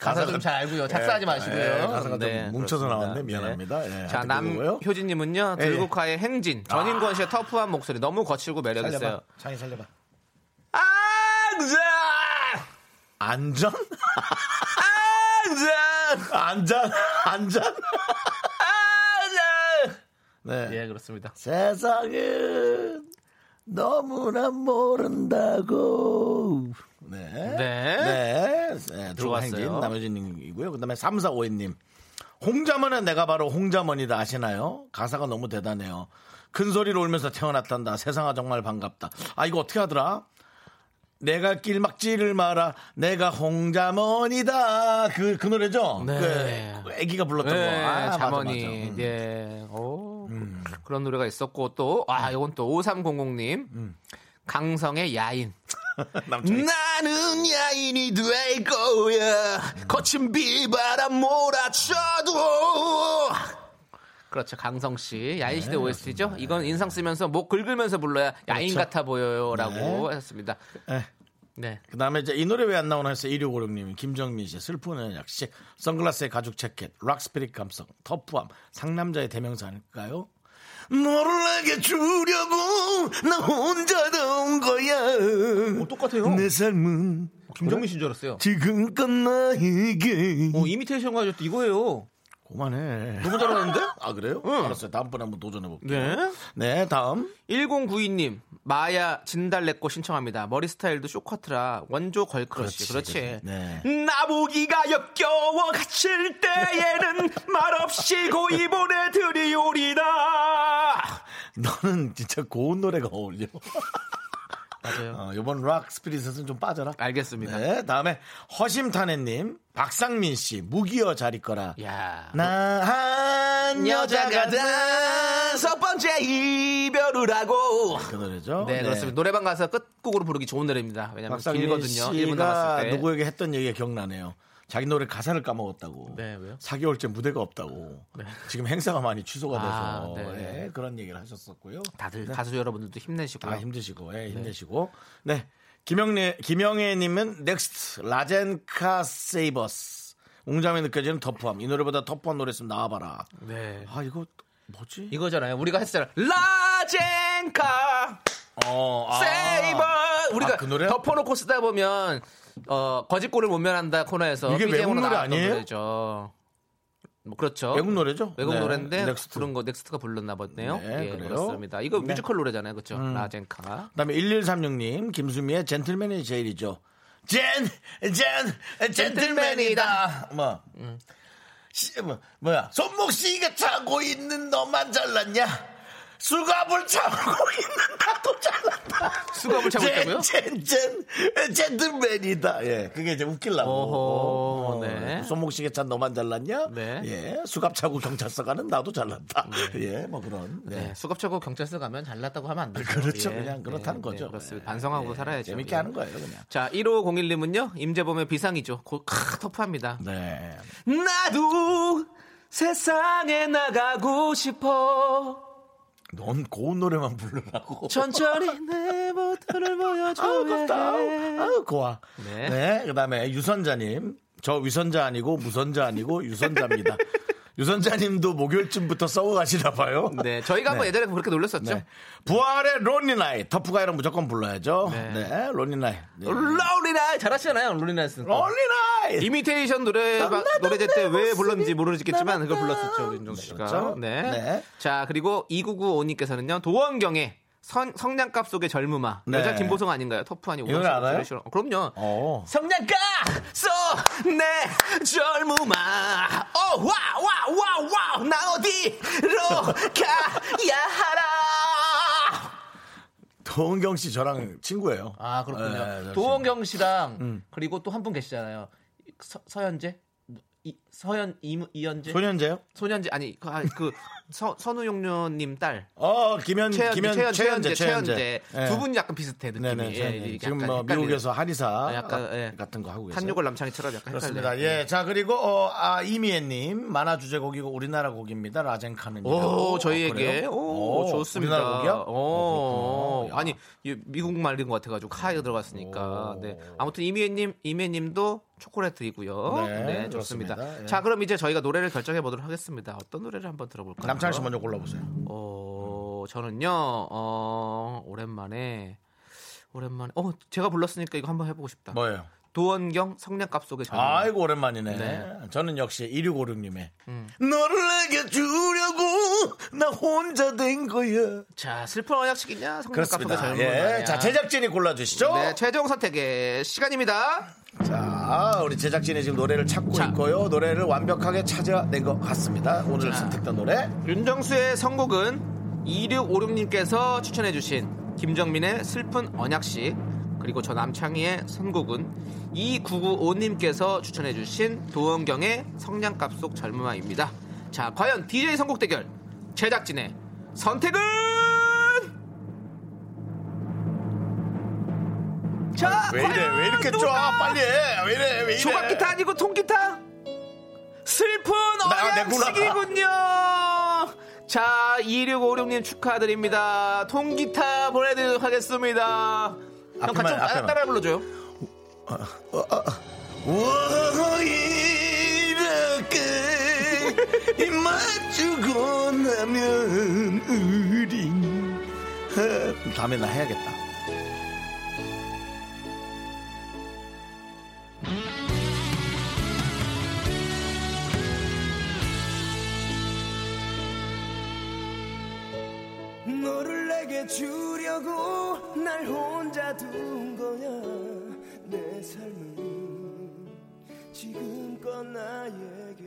B: 가사 좀 잘 알고요. 착사하지 마시고요. 음,
A: 가사가 네. 좀 뭉쳐서
B: 그렇습니다.
A: 나왔네 미안합니다 예,
B: 자,
A: 하여튼 그거고요.
B: 남효진님은요,
A: 예, 예.
B: 들국화의 행진. 전인권 씨의 터프한 목소리 너무 거칠고 매력있어요.
A: 살려봐 창이 살려봐 안전
B: 안전! 안전!
A: 안전 안전
B: 안전!
A: 네
B: 예, 그렇습니다.
A: 세상은 너무나 모른다고. 네. 네. 네.
B: 좋았어요.
A: 들어왔어요. 남효진님이고요. 그 다음에 3452님. 홍자먼의 내가 바로 홍자먼이다 아시나요? 가사가 너무 대단해요. 큰 소리로 울면서 태어났단다. 세상아 정말 반갑다. 아, 이거 어떻게 하더라? 내가 길막지를 마라. 내가 홍자먼이다. 그, 그 노래죠?
B: 네.
A: 그 애기가 불렀던
B: 네,
A: 거. 아,
B: 자머니.
A: 맞아, 맞아. 음.
B: 예. 오, 음. 그런 노래가 있었고 또 아, 이건 또 5300님. 강성의 야인.
A: 남창희.
B: 나는 야인이 될 거야. 거친 비바람 몰아쳐도. 그렇죠. 강성 씨. 야인 시대 OST죠. 이건 인상 쓰면서 목 긁으면서 불러야 야인
A: 그렇죠.
B: 같아 보여요라고
A: 네.
B: 하셨습니다.
A: 네.
B: 네.
A: 그 다음에 이제 이 노래 왜 안 나오나 해서 1656님이 김정민 씨 슬픈 연약식 선글라스에 가죽 재킷 락스피릿 감성 터프함 상남자의 대명사 아닐까요? 너를 내게 주려고 나 혼자 나온 거야
B: 똑같아요.
A: 내 삶은
B: 김정민 씨인 줄 알았어요.
A: 지금껏 나에게
B: 어, 이미테이션 가졌다 이거예요.
A: 그만해
B: 너무 잘하는데?
A: 아 그래요? 알았어요 다음번에 한번 도전해볼게요
B: 네.
A: 네 다음
B: 1092님 마야 진달래꽃 신청합니다. 머리 스타일도 쇼커트라 원조 걸크러쉬.
A: 그렇지, 그렇지.
B: 그렇지.
A: 네.
B: 나보기가 역겨워 갇힐 때에는 말없이 고이 보내드리오리다.
A: 너는 진짜 고운 노래가 어울려
B: 맞아요.
A: 어, 이번 락 스피릿에서는 좀 빠져라
B: 알겠습니다.
A: 네, 다음에 허심탄회님, 박상민 씨, 무기여 자리 거라.
B: 야.
A: 나 한 음, 여자가 다.
B: 첫 번째 이별을 하고.
A: 그 노래죠.
B: 네, 그렇습니다. 노래방 가서 끝곡으로 부르기 좋은 노래입니다. 왜냐면
A: 박상민
B: 길거든요. 1분 남았을
A: 씨가
B: 때.
A: 누구에게 했던 얘기가 기억나네요. 자기 노래 가사를 까먹었다고.
B: 네, 왜요? 네.
A: 4개월째 무대가 없다고. 지금 행사가 많이 취소가
B: 아,
A: 돼서
B: 네.
A: 네, 그런 얘기를 하셨었고요.
B: 다들 가수 여러분들도 힘내시고요.
A: 다 네. 힘드시고, 예, 힘내시고. 네. 김영래, 김영애님은 넥스트, 라젠카 세이버스. 웅장에 느껴지는 터프함. 이 노래보다 터프한 노래 있으면 나와봐라.
B: 네.
A: 아, 이거 뭐지?
B: 이거잖아요. 우리가 했잖아요. 라젠카
A: 어, 아.
B: 세이버 우리가
A: 아, 그 노래요?
B: 덮어놓고 쓰다 보면 어, 거짓골을 못 면한다 코너에서
A: 이게
B: BGM 으로
A: 외국 노래
B: 나왔던
A: 아니에요?
B: 노래죠. 뭐 그렇죠.
A: 외국 노래죠?
B: 외국
A: 네.
B: 노래인데
A: 넥스트.
B: 부른 거 넥스트가 불렀나 보네요.
A: 네,
B: 예,
A: 그래요.
B: 그렇습니다. 이거
A: 네.
B: 뮤지컬 노래잖아요, 그렇죠? 라젠카.
A: 그다음에 1136님 김수미의 젠틀맨이 제일이죠. 젠, 젠, 젠틀맨이다. 뭐, 씨, 뭐 뭐야? 손목시가 차고 있는 너만 잘났냐? 수갑을 차고 있는 나도 잘났다.
B: 수갑을 차고 있다고요?
A: 젠, 젠, 젠, 젠틀맨이다. 예, 그게 이제 웃길라고.
B: 어허, 네.
A: 손목시계 찬 너만 잘났냐?
B: 네.
A: 예, 수갑 차고 경찰서 가는 나도 잘났다. 예, 뭐 그런. 네.
B: 네, 수갑차고 경찰서 가면 잘났다고 하면 안 되죠.
A: 그렇죠.
B: 예,
A: 그냥 그렇다는
B: 네,
A: 거죠.
B: 네, 그렇습니다.
A: 예.
B: 반성하고
A: 예,
B: 살아야죠.
A: 재밌게
B: 예.
A: 하는 거예요, 그냥.
B: 자, 1501님은요, 임재범의 비상이죠. 곧, 크, 터프합니다.
A: 네.
B: 나도 세상에 나가고 싶어
A: 넌 고운 노래만 부르라고.
B: 천천히 내 모습을
A: 아우,
B: 보여줘야
A: 곱다. 아우,
B: 해
A: 아우, 고와.
B: 네.
A: 네. 그 다음에 유선자님. 저 위선자 아니고 무선자 아니고 유선자입니다. 유선자님도 목요일쯤부터 써가시나 봐요.
B: 네, 저희가 한번 예전에 그렇게 놀렸었죠.
A: 네. 부활의 론니나이. 터프가이랑 무조건 불러야죠.
B: 네.
A: 네. 론니나이. 네.
B: 롤리나이 잘하시잖아요, 롤리나이 쓰는 거.
A: 론니나이!
B: 이미테이션 노래 바-
A: 남다른
B: 노래제 때 왜
A: 모습이
B: 불렀는지 모르겠지만 그걸
A: 남다른
B: 불렀었죠 우리 윤정 씨가.
A: 그렇죠?
B: 네.
A: 네.
B: 자 그리고 2995님께서는요 도원경의 선, 성냥갑 속의 젊음아
A: 네.
B: 여자 김보성 아닌가요? 터프하니
A: 이 노래
B: 오랑캐
A: 알아요?
B: 노래시로- 어, 그럼요.
A: 어.
B: 성냥갑 속내 젊음아 어와와와와나 어디로 가야 하라.
A: 도은경 씨 저랑 친구예요.
B: 아 그렇군요.
A: 네, 네,
B: 도원경 씨랑
A: 음.
B: 그리고 또 한 분 계시잖아요. 서, 서현재, 이, 서현 이, 이현재,
A: 소년제요?
B: 소년재 아니 그, 아니, 그 서, 선우용녀님 딸
A: 어, 김현,
B: 최현,
A: 김현,
B: 최현,
A: 최현재,
B: 최현재,
A: 최현재.
B: 최현재
A: 네.
B: 두 분이 약간 비슷해 느낌이.
A: 네네.
B: 예,
A: 저는
B: 이게
A: 지금
B: 약간
A: 뭐
B: 헷갈리는.
A: 미국에서 한의사
B: 아, 약간, 예.
A: 같은 거 하고 계세요.
B: 한유골 남창희처럼 약간
A: 그렇습니다.
B: 헷갈려요.
A: 예. 자, 그리고, 어, 아, 이미애님. 만화 주제곡이고 우리나라 곡입니다. 라젠카는.
B: 오, 저희에게 오, 좋습니다.
A: 아, 우리나라 곡이요? 어,
B: 오,
A: 그렇구나. 야.
B: 아니 이 미국 말인 것 같아가지고 카이가 들어갔으니까.
A: 오.
B: 네. 아무튼 이미애님, 이미애님도 초콜릿 드리고요. 네,
A: 네,
B: 좋습니다.
A: 그렇습니다. 예.
B: 자, 그럼 이제 저희가 노래를 결정해 보도록 하겠습니다. 어떤 노래를 한번 들어볼까요?
A: 남창희 씨 먼저 골라보세요.
B: 어, 저는요. 어, 오랜만에 오랜만에 어 제가 불렀으니까 이거 한번 해보고 싶다.
A: 뭐예요?
B: 도원경 성냥갑 속의 전.
A: 아이고, 오랜만이네. 음.
B: 네.
A: 저는 역시 1656님의 너를 내게 주려고 나 혼자 된 거야.
B: 자, 슬픈 언약식이냐? 성냥갑 속의
A: 그렇습니다.
B: 젊은
A: 예.
B: 예.
A: 자, 제작진이 골라주시죠.
B: 네, 최종 선택의 시간입니다.
A: 자, 우리 제작진이 지금 노래를 찾고
B: 자.
A: 있고요. 노래를 완벽하게 찾아낸 것 같습니다. 오늘 선택된 노래.
B: 윤정수의 선곡은 2656님께서 추천해주신 김정민의 슬픈 언약식 그리고 저 남창희의 선곡은 2995님께서 추천해주신 도원경의 성냥갑 속 젊음아입니다 자 과연 DJ 선곡 대결 제작진의 선택은 자
A: 왜 이래? 왜 이렇게 쪼? 빨리 해. 왜 이래? 왜 이래?
B: 조각기타 아니고 통기타? 슬픈
A: 나, 내구나.
B: 어양식이군요. 자, 2656님 축하드립니다. 통기타 보내드리도록 하겠습니다. 형
A: 앞에만,
B: 같이 좀 따라,
A: 앞에만.
B: 따라 불러줘요.
A: 워 이렇게 입 맞추고 나면 우린 하- 다음에 나 해야겠다.
D: 너를 내게 주려고 날 혼자 둔 거야 내 삶은 지금껏 나에게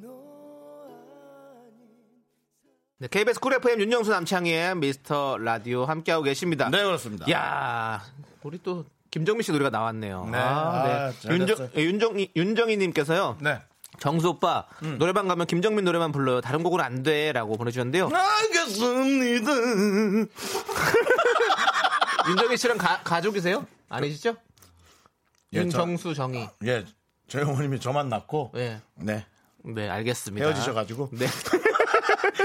D: 너 아닌
B: 네, KBS 쿨 FM 윤영수 남창희의 미스터 라디오 함께하고 계십니다.
A: 네, 그렇습니다.
B: 야 우리 또 김정민 씨 노래가 나왔네요.
A: 네. 아, 잘
B: 윤정,
A: 됐어요.
B: 예, 윤정이, 윤정이님께서요.
A: 네. 음.
B: 정수 오빠, 노래방 가면 김정민 노래만 불러요. 다른 곡은 안 돼. 라고 보내주셨는데요.
A: 알겠습니다.
B: 윤정희 씨랑 가, 가족이세요? 아니시죠?
A: 예,
B: 윤정수 정희.
A: 예, 저희 어머님이 저만 낳고,
B: 예.
A: 네.
B: 네, 알겠습니다.
A: 헤어지셔가지고,
B: 네.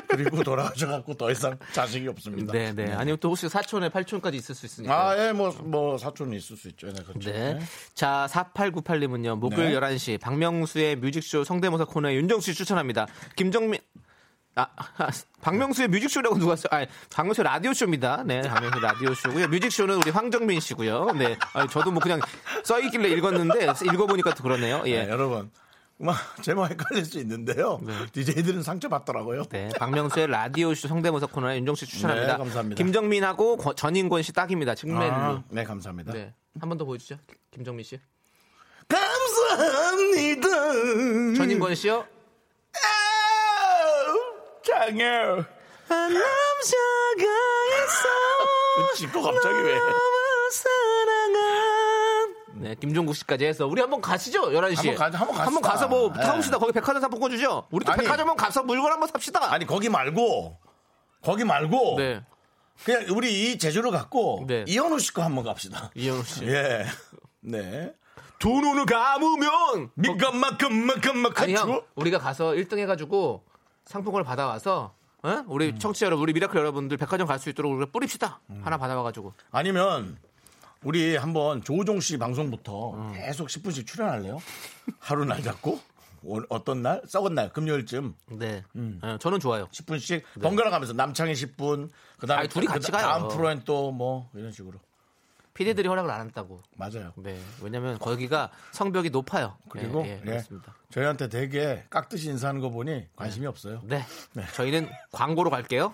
A: 그리고 돌아오셔가지고 더 이상 자식이 없습니다.
B: 네, 네. 아니면 또 혹시 사촌에 팔촌까지 있을 수 있으니까.
A: 아, 예, 뭐, 뭐, 사촌이 있을 수 있죠. 네, 그렇죠.
B: 네. 자, 4898님은요. 목요일
A: 네.
B: 11시 박명수의 뮤직쇼 성대모사 코너에 윤정수 씨 추천합니다. 김정민 아, 아, 박명수의 뮤직쇼라고 누가 써? 아니, 박명수 라디오 쇼입니다. 네, 박명수 라디오 쇼고요. 뮤직쇼는 우리 황정민 씨고요. 네, 아니, 저도 뭐 그냥 써 있길래 읽었는데 읽어보니까 또 그러네요. 예,
A: 네, 여러분. 막 제목 헷갈릴 수 있는데요. DJ들은 상처받더라고요.
B: 네, 박명수의 라디오쇼 성대모사 코너에 윤정 씨 추천합니다.
A: 네, 감사합니다.
B: 김정민하고 권- 전인권 씨 딱입니다. 측면으로.
A: 아, 네, 감사합니다.
B: 네, 한 번 더 보여주죠. 김정민 씨.
A: 감사합니다. 음.
B: 전인권 씨요.
A: 장애. 지금 갑자기 왜?
B: 네, 김종국 씨까지 해서 우리 한번 가시죠. 11시.
A: 한번 가죠, 한번 가시다.
B: 서뭐
A: 네.
B: 사봅시다. 거기 백화점 상품권 주죠. 우리 또
A: 아니.
B: 백화점 가서 물건 한번 삽시다.
A: 아니 거기 말고 거기 말고
B: 네.
A: 그냥 우리 이 제주를 갖고
B: 네.
A: 이현우 씨 거 한번 갑시다.
B: 이현우 씨.
A: 예. 네.
B: 두 눈을 감으면
A: 미간만큼 만큼만큼
B: 아니 형
A: 주고.
B: 우리가 가서 1등 해가지고 상품권을 받아와서 어? 우리
A: 음.
B: 청취자 여러분 우리 미라클 여러분들 백화점 갈 수 있도록 우리가 뿌립시다 하나 받아와가지고
A: 아니면 우리 한번 조종 씨 방송부터 계속 10분씩 출연할래요? 하루 날 잡고 오- 어떤 날 썩은 날 금요일쯤
B: 네 어,
A: 음.
B: 저는 좋아요
A: 10분씩 번갈아 가면서 남창희 10분 그다음에
B: 네. 아니, 둘이
A: 그-
B: 같이
A: 그 다음
B: 가요.
A: 프로엔 또 뭐 이런 식으로 음.
B: 피디들이 허락을 안 한다고
A: 맞아요.
B: 네 왜냐면 거기가 성벽이 높아요
A: 그리고
B: 예, 예,
A: 예,
B: 그렇습니다
A: 저희한테 되게 깍듯이 인사하는 거 보니 관심이 없어요.
B: 네 저희는 광고로 갈게요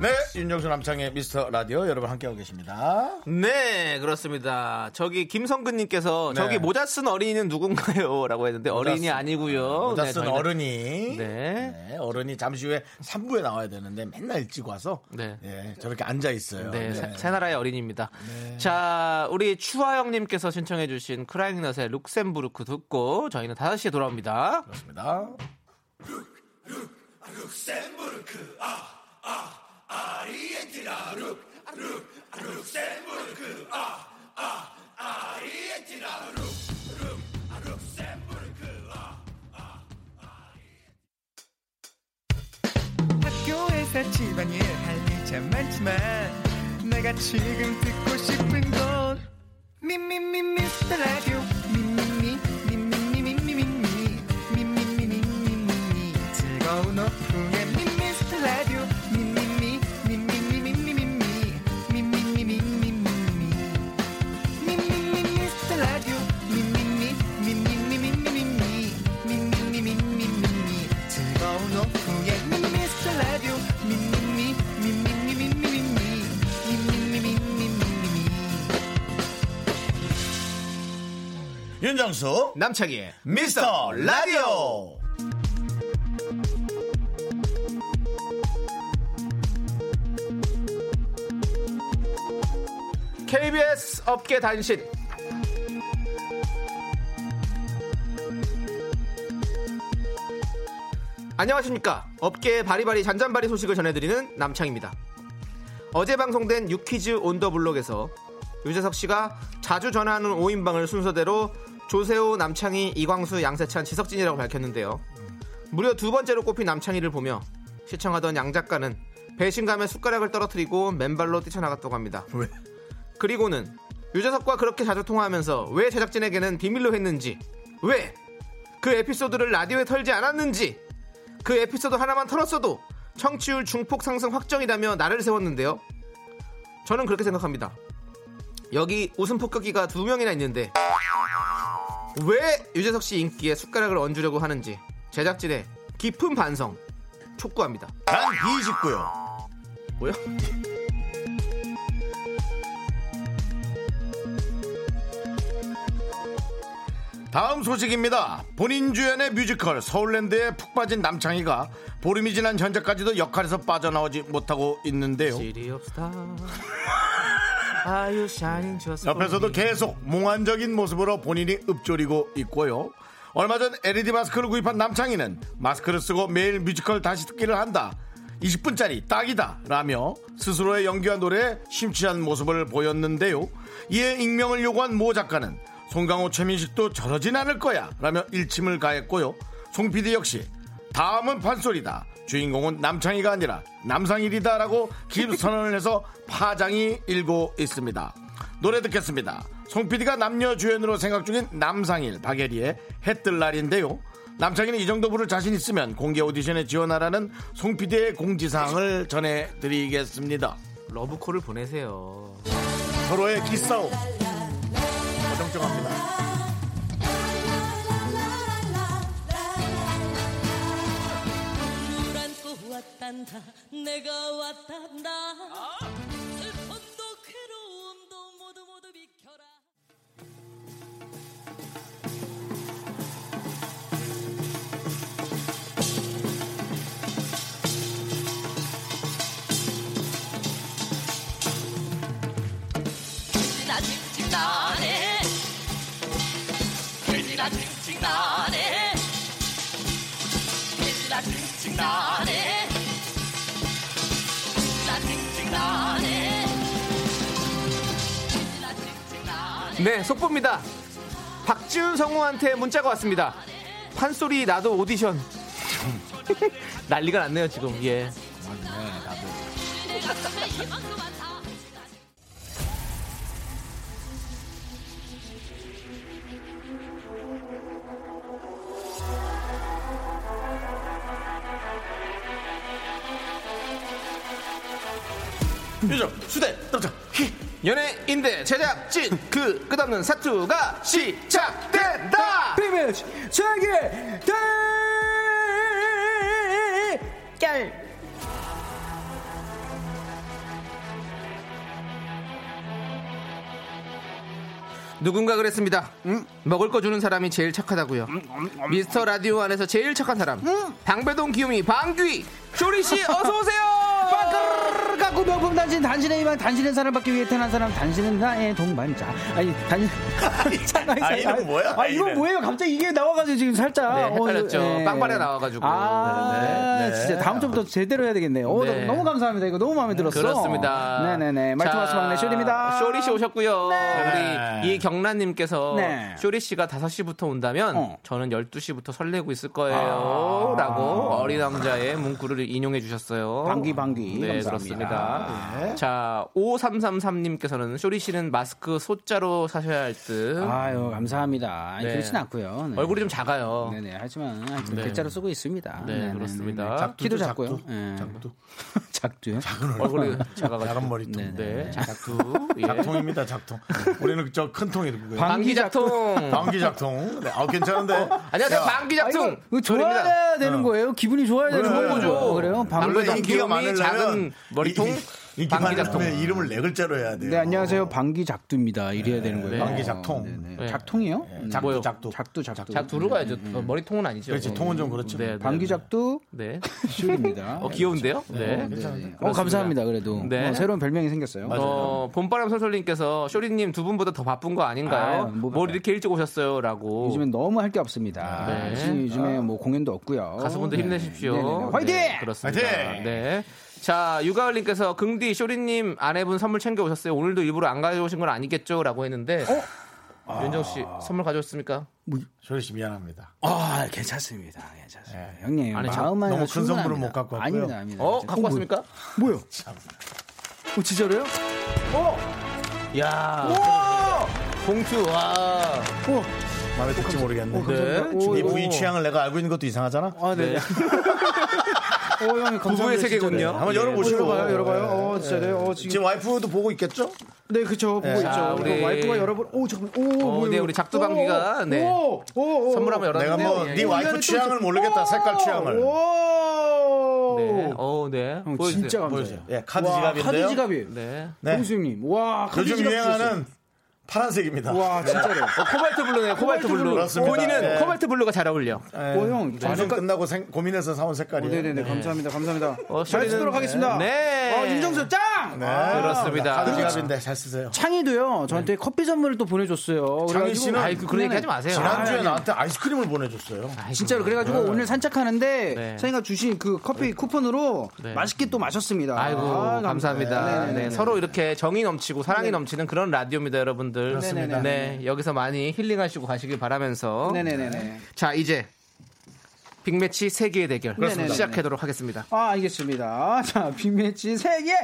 A: 네, 윤정수 남창의 미스터 라디오 여러분 함께하고 계십니다.
B: 네 그렇습니다 저기 김성근님께서
A: 네.
B: 저기 모자 쓴 어린이는 누군가요? 라고 했는데 어린이
A: 쓴-
B: 아니고요
A: 모자
B: 네,
A: 쓴
B: 저희는-
A: 어른이.
B: 네.
A: 네, 어른이 잠시 후에 3부에 나와야 되는데 맨날 일찍 와서
B: 네.
A: 예, 저렇게 앉아 있어요. 네.
B: 네, 새- 새나라의 어린이입니다. 자, 우리 추하영님께서 신청해주신 크라잉넛의 룩셈부르크 듣고 저희는 5시에 돌아옵니다.
A: 그렇습니다.
D: 학교에서 집안일 할 일 참 많지만 내가 지금 듣고 싶은 건 미미미 미스터 라디오 미미미 미미미 미미미 미미미 미미미 미미미 즐거운 오후 미미스터 라디오 미미미 미미미 미미미
A: 윤정수
B: 남창희의
A: 미스터 라디오
B: KBS 업계 단신. 안녕하십니까. 업계의 바리바리 잔잔바리 소식을 전해드리는 남창입니다. 어제 방송된 유퀴즈 온더블록에서 유재석 씨가 자주 전화하는 5인방을 순서대로 조세호, 남창희, 이광수, 양세찬, 지석진이라고 밝혔는데요. 무려 두 번째로 꼽힌 남창희를 보며 시청하던 양 작가는 배신감에 숟가락을 떨어뜨리고 맨발로 뛰쳐나갔다고 합니다.
A: 왜?
B: 그리고는 유재석과 그렇게 자주 통화하면서 왜 제작진에게는 비밀로 했는지 왜 그 에피소드를 라디오에 털지 않았는지 그 에피소드 하나만 털었어도 청취율 중폭 상승 확정이라며 나를 세웠는데요 저는 그렇게 생각합니다 여기 웃음 폭격기가 두 명이나 있는데 왜 유재석 씨 인기에 숟가락을 얹으려고 하는지 제작진의 깊은 반성 촉구합니다
A: 난 이직구요
B: 뭐야?
A: 다음 소식입니다 본인 주연의 뮤지컬 서울랜드에 푹 빠진 남창희가 보름이 지난 현재까지도 역할에서 빠져나오지 못하고 있는데요
B: City of Star. Are you shining just for
A: 옆에서도
B: me?
A: 계속 몽환적인 모습으로 본인이 읊조리고 있고요. 얼마 전 LED 마스크를 구입한 남창희는 마스크를 쓰고 매일 뮤지컬 다시 듣기를 한다. 20분짜리 딱이다 라며 스스로의 연기와 노래에 심취한 모습을 보였는데요. 이에 익명을 요구한 모 작가는 송강호 최민식도 저러진 않을 거야 라며 일침을 가했고요. 송 PD 역시 다음은 판소리다. 주인공은 남창희가 아니라 남상일이다라고 기입선언을 해서 파장이 일고 있습니다. 노래 듣겠습니다. 송 PD가 남녀 주연으로 생각 중인 남상일, 박예리의 해뜰 날인데요. 남창희는 이 정도 부를 자신 있으면 공개 오디션에 지원하라는 송 PD의 공지사항을 전해드리겠습니다.
B: 러브콜을 보내세요.
A: 서로의 기싸움. 어정쩡합니다.
B: 네, 속보입니다. 박지훈 성우한테 문자가 왔습니다. 판소리 나도 오디션. 난리가 났네요, 지금. 예.
A: 요즘 수대 깜짝 히
B: 연예인대 제작진 그 끝없는 사투가 시작된다.
D: 비밀 세계 대결
B: 누군가 그랬습니다. 먹을 거 주는 사람이 제일 착하다고요. 미스터 라디오 안에서 제일 착한 사람. 방배동 기욤이 방귀 쇼리 씨 어서 오세요.
D: 갖고 명품 단신 단신의 희망 단신의 사랑 받기 위해 태어난 사람 단신은 나의 동반자 아니 단신
A: 아, 이름 뭐야?
D: 아 이거
A: 이름.
D: 뭐예요 갑자기 이게 나와가지고 지금 살짝 어,
B: 네, 헷갈렸죠. 빵빠레 나와가지고.
D: 아
A: 네, 네.
D: 진짜 다음 주부터 제대로 해야 되겠네요 오,
B: 네.
D: 너무 감사합니다 이거 너무 마음에 들었어
B: 그렇습니다.
D: 그렇죠. 네네네 말투마스
B: 자,
D: 막내 쇼리입니다
B: 쇼리 씨 오셨고요.
A: 네.
B: 우리 이경란님께서
D: 네.
B: 쇼리 씨가 5시부터 온다면
D: 어.
B: 저는 12시부터 설레고 있을 거예요. 라고 어린 남자의 문구를 인용해 주셨어요.
D: 아. 방귀, 방귀.
B: 네,
D: 감사합니다.
B: 그렇습니다.
D: 네.
B: 자, 5333님께서는 쇼리 씨는 마스크 소자로 사셔야 할 듯.
D: 아유 감사합니다 아니
B: 네.
D: 그렇진 않고요 네.
B: 얼굴이 좀 작아요.
D: 네네 하지만 하여튼
B: 네.
D: 글자로 쓰고 있습니다.
B: 네,
D: 네네네.
B: 그렇습니다.
D: 키도 작고요.
A: 작두,
D: 예.
A: 작두.
D: 작두요?
B: 얼굴이 작아가지고.
A: 작은
D: 네,
A: 머리통.
B: 네, 작두. 예.
A: 작통입니다, 작통. 우리는 저 큰 통이 누구예요?
B: 방귀 작통.
A: 방귀 작통. 네, 아 괜찮은데.
B: 어, 안녕하세요,
A: 야,
B: 방귀
D: 아, 이거,
B: 작통.
D: 이거
B: 쇼리입니다.
D: 좋아야 되는 거예요. 기분이 좋아야 되는
A: 어. 그래. 네.
D: 거예요.
A: 그거죠.
D: 그래요? 방금
A: 원래
B: 방배동
A: 인기가
B: 기욤이
A: 많으려면
B: 작은 머리통
A: 이- 이렇게
B: 방귀작통.
A: 말하면 이름을 네 글자로 해야 돼요.
I: 네, 안녕하세요. 방귀 작두입니다. 이래야 되는 거예요.
A: 어. 방귀 작통.
I: 네,
B: 네.
I: 네. 작통이요?
A: 네, 작두,
B: 뭐요?
A: 작두.
I: 작두, 작두.
B: 자 두루 가야죠. 어, 머리통은 아니죠.
A: 그렇지, 통은 좀 그렇죠.
B: 네, 네,
I: 방귀 작두
B: 네.
I: 시입니다.
B: 어 귀여운데요?
I: 그렇죠.
B: 네.
I: 어, 감사합니다. 그래도
B: 네.
I: 어, 새로운 별명이 생겼어요.
B: 어, 봄바람 솔솔님께서 쇼리님 두 분보다 더 바쁜 거 아닌가요?
I: 아유, 뭐
B: 뭘
I: 바빠요.
B: 이렇게 일찍 오셨어요라고.
I: 요즘엔 너무 할 게
A: 아,
I: 없습니다.
B: 네.
I: 지금 요즘에 뭐 공연도 없고요.
B: 가수분들
I: 네.
B: 힘내십시오.
I: 네, 네, 네. 화이팅!
B: 네, 그렇습니다.
A: 화이팅!
B: 네. 자, 유가을님께서 긍디 쇼리님 아내분 선물 챙겨 오셨어요. 오늘도 일부러 안 가져오신 건 아니겠죠?라고 했는데.
I: 어?
B: 윤정 씨 선물 가져오셨습니까?
A: 조리 씨 미안합니다.
I: 아, 괜찮습니다. 괜찮습니다. 형님,
B: 아니, 저
I: 마음만
A: 네. 너무 큰 선물은
I: 충분합니다.
A: 못 갖고 왔고요.
I: 아닙니다, 아닙니다.
B: 어
I: 이제.
B: 갖고 왔습니까?
I: 뭐요? 어, 진짜로요?
B: 야 어? 봉투 와.
A: 마음에 들지
I: 어,
A: 모르겠네.
B: 네.
A: 네 부인 취향을 내가 알고 있는 것도 이상하잖아.
I: 아, 네. 오, 형님, 감사합니다.
B: 부부의 세계군요. 네.
A: 한번
I: 어,
A: 열어보시고.
I: 열어봐요, 열어봐요. 어, 진짜요? 어, 지금.
A: 지금 와이프도 보고 있겠죠?
I: 네, 그쵸. 보고
B: 자,
I: 있죠.
B: 아, 우리-
I: 우리... 와이프가 열어볼. 오, 잠깐만. 오,
B: 어,
I: 뭐야,
B: 네,
I: 이거.
B: 우리 작두방귀가,
I: 오,
B: 네.
I: 오, 오, 오.
B: 선물 한번 열었는데요.
A: 내가 뭐
B: 예,
A: 네
B: 예.
A: 와이프 취향을
I: 어.
A: 모르겠다. 색깔 취향을.
I: 오!
B: 네. 어, 네.
I: 형,
B: 보여주세요.
I: 진짜
A: 보여주세요.
I: 감사해요.
A: 예, 카드
I: 와,
A: 지갑인데요.
I: 카드 지갑이.
B: 네.
A: 네.
I: 형수님. 와, 카드
A: 요즘
I: 지갑
A: 유행하는 파란색입니다.
I: 주셨어요. 와, 진짜로.
B: 어, 코발트 블루네요. 코발트
I: 코발트 블루.
B: 블루.
A: 그렇습니다.
B: 본인은
A: 네.
B: 코발트 블루가 잘 어울려.
A: 예.
I: 오,
B: 네.
I: 형,
A: 방송
I: 색깔-
A: 끝나고 생- 고민해서 사온 색깔이에요.
I: 네네네, 감사합니다. 감사합니다.
B: 어,
I: 잘
B: 소리는-
I: 쓰도록 하겠습니다.
B: 네.
I: 어, 윤정수 짱!
A: 네.
B: 아, 그렇습니다.
A: 카드 지갑인데 잘 쓰세요.
I: 창희도요, 저한테 커피 선물을 또 보내줬어요.
A: 창희 씨는
B: 네. 아이 그 그런 얘기 하지 마세요.
A: 지난주에
B: 아,
A: 나한테 아이스크림을 보내줬어요.
B: 아이고.
I: 진짜로 그래가지고 오늘 산책하는데
B: 네.
I: 창희가 주신 그 커피 쿠폰으로
B: 네.
I: 맛있게 또 마셨습니다.
B: 아이고
I: 아,
B: 감사합니다. 네,
I: 네네네.
B: 서로 이렇게 정이 넘치고 사랑이 넘치는 그런 라디오입니다, 여러분들.
I: 그렇습니다.
B: 네, 여기서 많이 힐링하시고 가시길 바라면서.
I: 네네네네.
B: 자, 이제 빅매치 세계의 대결
I: 그렇습니다.
B: 시작하도록 하겠습니다.
I: 아, 알겠습니다. 자, 빅매치 세계